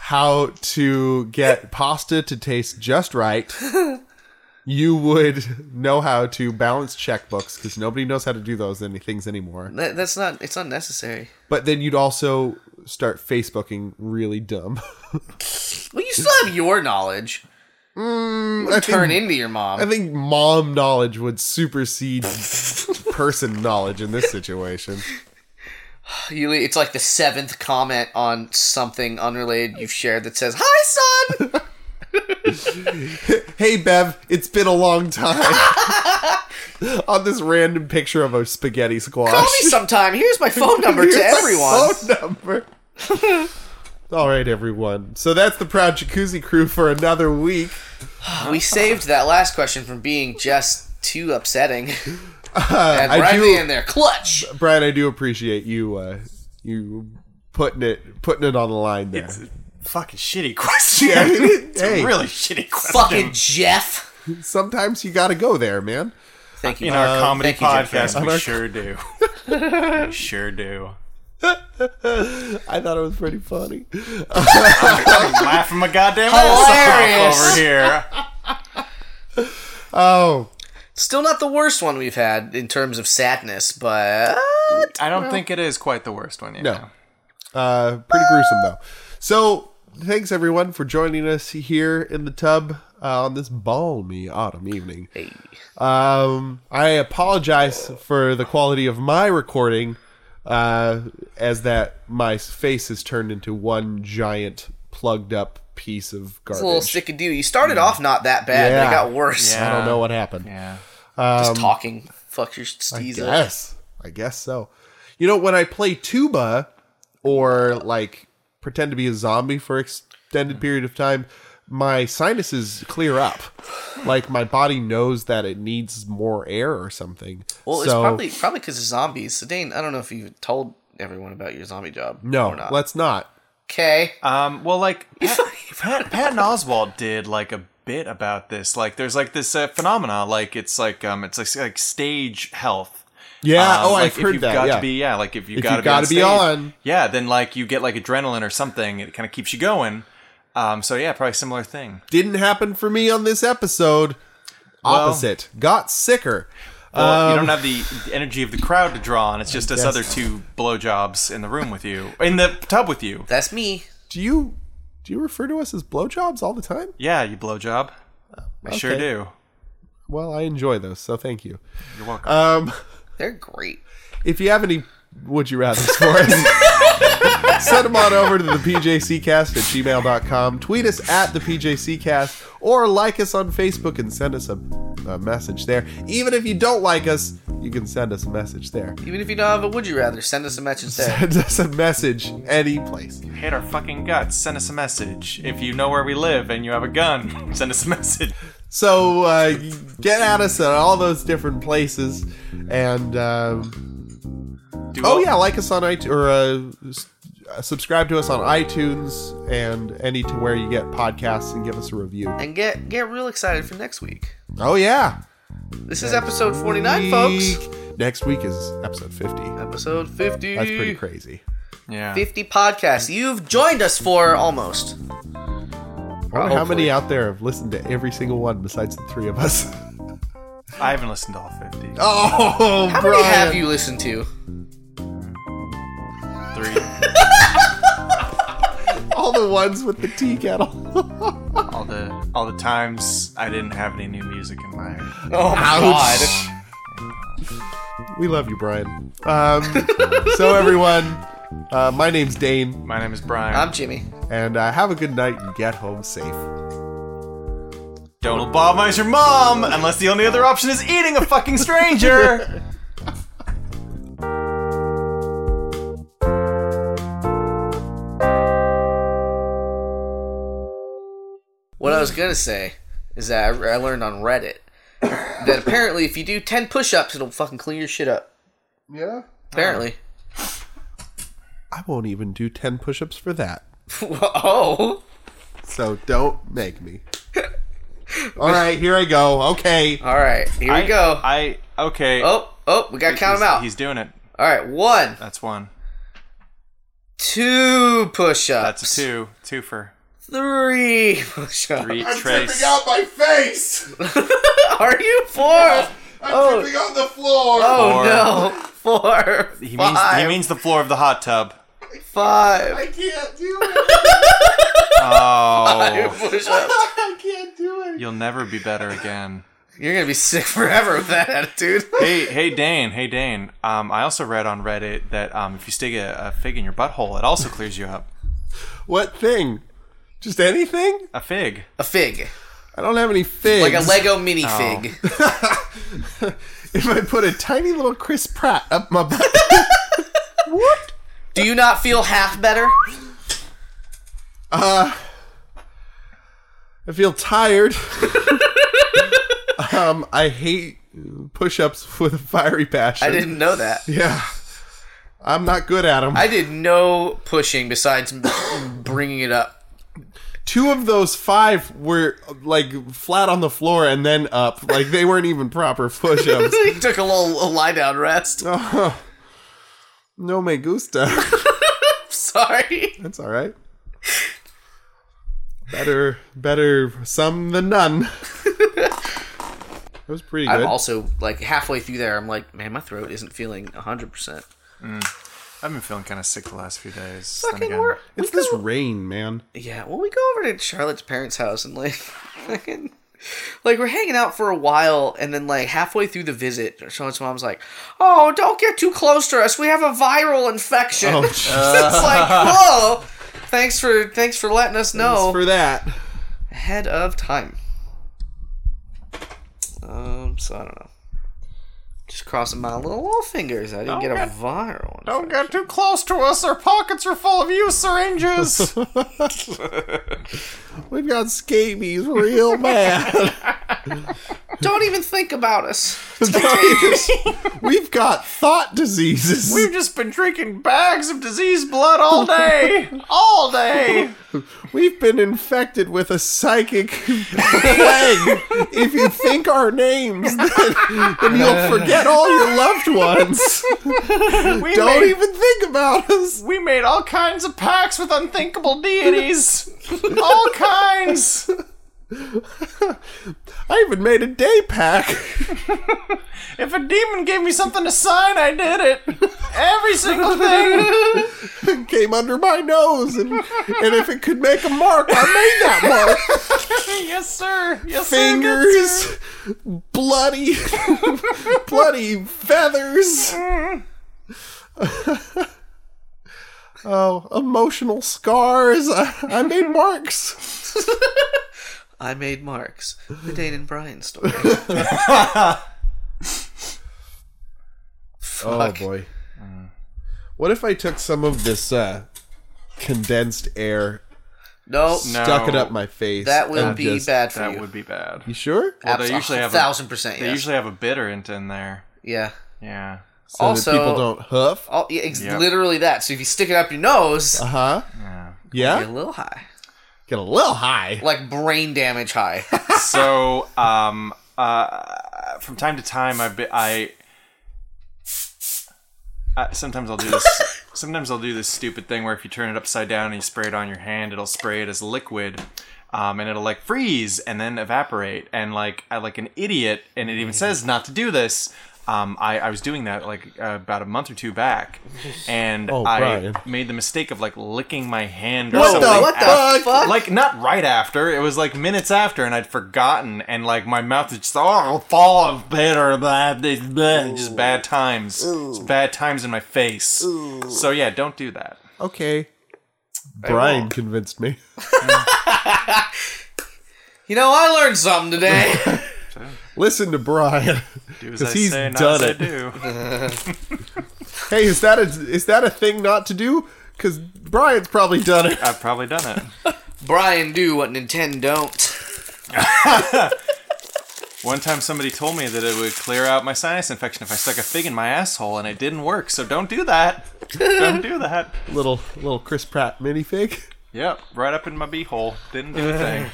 how to get pasta to taste just right. You would know how to balance checkbooks because nobody knows how to do those any things anymore.
That, that's not. It's unnecessary.
But then you'd also start Facebooking really dumb.
Well, you still have your knowledge. you wouldn't turn into your mom.
I think mom knowledge would supersede person knowledge in this situation.
You, le- it's like the seventh comment on something unrelated you've shared that says, "Hi, son."
Hey Bev, it's been a long time. On this random picture of a spaghetti squash.
Call me sometime. Here's my phone number
Here's
to
my
everyone.
Phone number. All right, everyone. So that's the proud jacuzzi crew for another week.
We saved that last question from being just too upsetting. and
Uh, I
right
do-
in there, clutch.
Brian, I do appreciate you. Uh, you putting it putting it on the line there.
fucking shitty question.
Yeah, it-
it's
hey.
a really shitty question.
Fucking Jeff.
Sometimes you got to go there, man.
Thank you.
in
Uh,
our comedy
thank you, Jim
podcast,
Farrow.
we
On our-
sure do. we sure do.
I thought it was pretty funny.
I'm laughing my goddamn ass
Hilarious.
off over here.
Oh,
Still not the worst one we've had in terms of sadness, but
I don't think it is quite the worst one. Yeah.
No. Uh, pretty gruesome though. So thanks everyone for joining us here in the tub uh, on this balmy autumn evening.
hey,
Um, I apologize for the quality of my recording, uh, as that my face has turned into one giant plugged up piece of
it's a little
garbage.
sick of do. You started off not that bad, but
Yeah.
it got worse.
Yeah.
I don't know what happened.
Yeah.
Just talking fucks your steez up.
Yes, I guess so. You know, when I play tuba or like pretend to be a zombie for extended period of time, my sinuses clear up. Like my body knows that it needs more air or something.
Well, it's
So-
probably probably because of zombies. So Dane, I don't know if you told everyone about your zombie job.
no. Uh,
or not.
Let's not.
okay.
Um, well, like Pat, Pat, Patton Oswald did like a bit about this. Like, there's like this uh, phenomena. Like, it's like um, it's like, like stage health.
Yeah.
Um,
oh,
like,
I've
if
heard
you've
that.
Got
yeah.
To be, yeah. Like if you've
If
got to
you've
be, on,
gotta be
stage,
on.
Yeah. Then like you get like adrenaline or something. It kind of keeps you going. Um. So yeah, probably similar thing.
Didn't happen for me on this episode. Opposite. Got sicker.
Well, you
Um,
don't have the the energy of the crowd to draw on. It's just us
guess.
other two blowjobs in the room with you, in the tub with you.
That's me.
Do you do you refer to us as blowjobs all the time?
Yeah, you blowjob. I sure
okay.
do.
Well, I enjoy those, so thank you.
You're welcome.
Um.
They're great.
if you have any would you rather for us, send them on over to the PJCcast at gmail.com. Tweet us at the PJCcast or like us on Facebook and send us a, a message there. Even if you don't like us, you can send us a message there.
Even if you don't have a would you rather, send us a message there.
Send us a message any place.
Hit our fucking guts. Send us a message. If you know where we live and you have a gun, send us a message.
So uh, get at us at all those different places. And um,
Do
oh,
all-
yeah, like us on iTunes or uh, s- uh, subscribe to us on iTunes and any to where you get podcasts and give us a review.
And get get real excited for next week.
Oh yeah.
This is episode 49, folks.
Week- Next week is episode 50.
Episode 50.
That's pretty crazy.
Yeah.
50 podcasts. You've joined us for almost.
I wonder how
Hopefully.
many out there have listened to every single one besides the three of us.
I haven't listened to all 50.
Oh,
How many have you listened to? Oh.
Three.
All the ones with the tea kettle.
all the all the times I didn't have any new music in my
Oh my
Ouch. We love you, Brian. Um, so everyone, uh, my name's Dane,
My name is Brian.
I'm Jimmy.
and uh, have a good night and get home safe.
Donald Bob is your mom, unless the only other option is eating a fucking stranger.
What I was gonna say is that I, I learned on Reddit that apparently if you do ten push-ups, it'll fucking clean your shit up.
Yeah.
Apparently.
I won't even do 10 push-ups for that.
Uh-huh.
Whoa.
So don't make me. All right, here I go. Okay.
All right, here we
I-
go.
I okay.
oh, oh, we gotta count
he's,
them out.
He's doing it.
All right, one,
That's one.
two push-ups.
That's a two. Two for
Three push-ups.
three. Trace.
my face.
Are you four?
I'm
Oh.
tripping on the floor.
Four.
Oh no, four.
He means
five,
he means the floor of the hot tub.
five.
can't do it.
Oh,
Push-ups.
I can't do
you'll never be better again.
You're gonna be sick forever with that attitude.
Hey, hey, Dane. Hey, Dane. Um, I also read on Reddit that um, if you stick a, a fig in your butthole, it also clears you up.
What thing? Just anything?
A fig.
A fig,
I don't have any figs.
like a Lego mini
Oh.
fig.
If I put a tiny little Chris Pratt up my butt.
Do you not feel half better?
I feel tired. um, I hate push-ups with a fiery passion.
I didn't know that.
Yeah. I'm not good at them.
I did no pushing besides bringing it up.
Two of those five were like flat on the floor and then up. Like they weren't even proper push-ups.
He took a little a lie down rest.
Oh.
no me gusta.
Sorry.
That's all right. Better, better some than none. that was pretty good.
I'm also like halfway through there. I'm like, man, my throat isn't feeling 100. percent
I've been feeling kind of sick the last few days. Then
Fucking
again-
work.
it's this rain, man.
Yeah. Well, we go over to Charlotte's parents' house and like, fucking, like we're hanging out for a while, and then like halfway through the visit, Charlotte's mom's like, "Oh, don't get too close to us. We have a viral infection."
Oh,
it's like, whoa. Thanks for thanks for letting us know.
For that,
ahead of time. Um, so I don't know. Just crossing my little little fingers. I didn't get a viral one.
Don't get too close to us. Our pockets are full of you syringes.
We've got scabies real bad.
Don't even think about us.
We've got thought diseases.
We've just been drinking bags of diseased blood all day. All day.
We've been infected with a psychic plague. if you think our names, then, then you'll forget all your loved ones.
We
Don't
made,
even think about us.
We made all kinds of pacts with unthinkable deities. all kinds.
I even made a day pack.
If a demon gave me something to sign, I did it. Every single thing.
It came under my nose, and, and if it could make a mark, I made that mark.
Yes, sir. Yes, sir. Good, sir.
Fingers, bloody, bloody feathers. oh, emotional scars. I, I made marks.
I made marks. The Dane and Brian story. Fuck.
Oh boy. What if I took some of this uh, condensed air,
No,
No.
stuck it up my face?
that will
and
be
just-
bad for
That
you.
would be bad.
You sure?
Well, they usually have a-
thousand percent.
They
yes.
usually have a bitterant in there.
yeah.
Yeah.
So
Also-
that people don't huff.
All, yeah, it's
Yep.
literally that. So if you stick it up your nose,
Uh huh.
Yeah.
you're a
Yeah.
little high,
Get a little high.
like brain damage high.
so um uh from time to time i be, I, I sometimes i'll do this sometimes i'll do this stupid thing where if you turn it upside down and you spray it on your hand it'll spray it as liquid um, and it'll like freeze and then evaporate and like I like an idiot and it even says not to do this um, I, I was doing that like uh, about a month or two back and
Oh,
I
Brian.
made the mistake of like licking my hand or
What the
something
what the
fuck?
fuck?
like not right after it was like minutes after and i'd forgotten and like my mouth is just oh fall of bitter blah, blah, blah." just bad times Just bad times in my face so yeah don't do that
Okay. Brian
won't.
convinced me.
you know, I learned something today.
Listen to Brian.
do as
'Cause
i
he's
say not
done
as i
it.
do
Hey, is that a is that a thing not to do? Because Brian's probably done it.
i've probably done it
Brian, do what Nintendo don't.
one time somebody told me that it would clear out my sinus infection if i stuck a fig in my asshole and it didn't work so don't do that don't do that
Little little Chris Pratt minifig.
yep right up in my beehole didn't do a thing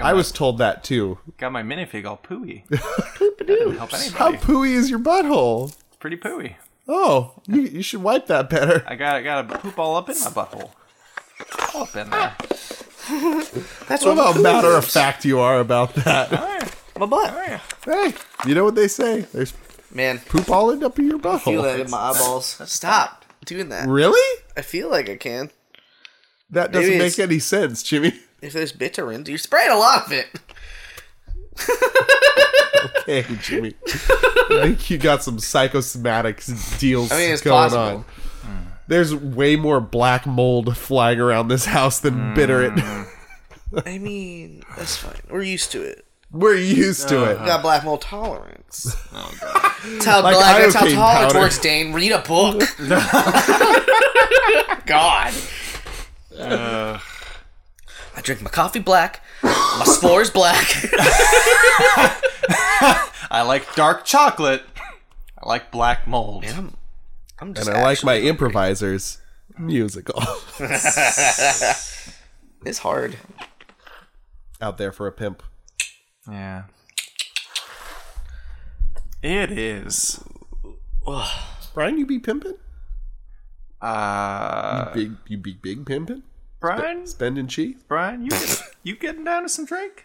I was told that too.
got my minifig all pooey that didn't help
How
anybody
pooey is your butthole?
pretty pooey
Oh, you, you should wipe that better.
I got I got a poop all up in my butthole. All up in there.
That's
What
what
about matter of fact you are about that?
Oh, yeah.
my butt.
Oh, yeah.
Hey, you know what they say? There's
Man,
poop all end up in your
I feel that
butthole.
in my eyeballs. Stop doing that.
Really?
I feel like I can.
That
Maybe
doesn't
it's-
make any sense, Jimmy.
If there's bitter in, you sprayed a lot of it.
Hey, Jimmy. I think you got some psychosomatic deals
I mean, it's
going
possible.
on. Hmm. There's way more black mold flying around this house than bitter. It.
I mean, that's fine. We're used to it.
We're used to it.
We got black mold tolerance.
Oh god.
That's how,
Oh. Like
black, that's how
iocane
tolerance
powder.
works, Dane. Read a book. God.
Uh,
I drink my coffee black, my spores black.
I like dark chocolate. I like black mold.
I'm, I'm just
And I like
actually-
my improvisers musical
It's hard.
out there for a pimp.
Yeah. It is.
Brian, you be pimping?
Uh,
Big, you be big pimping?
Brian,
Spending cheese?
Brian, you you getting down to some drink?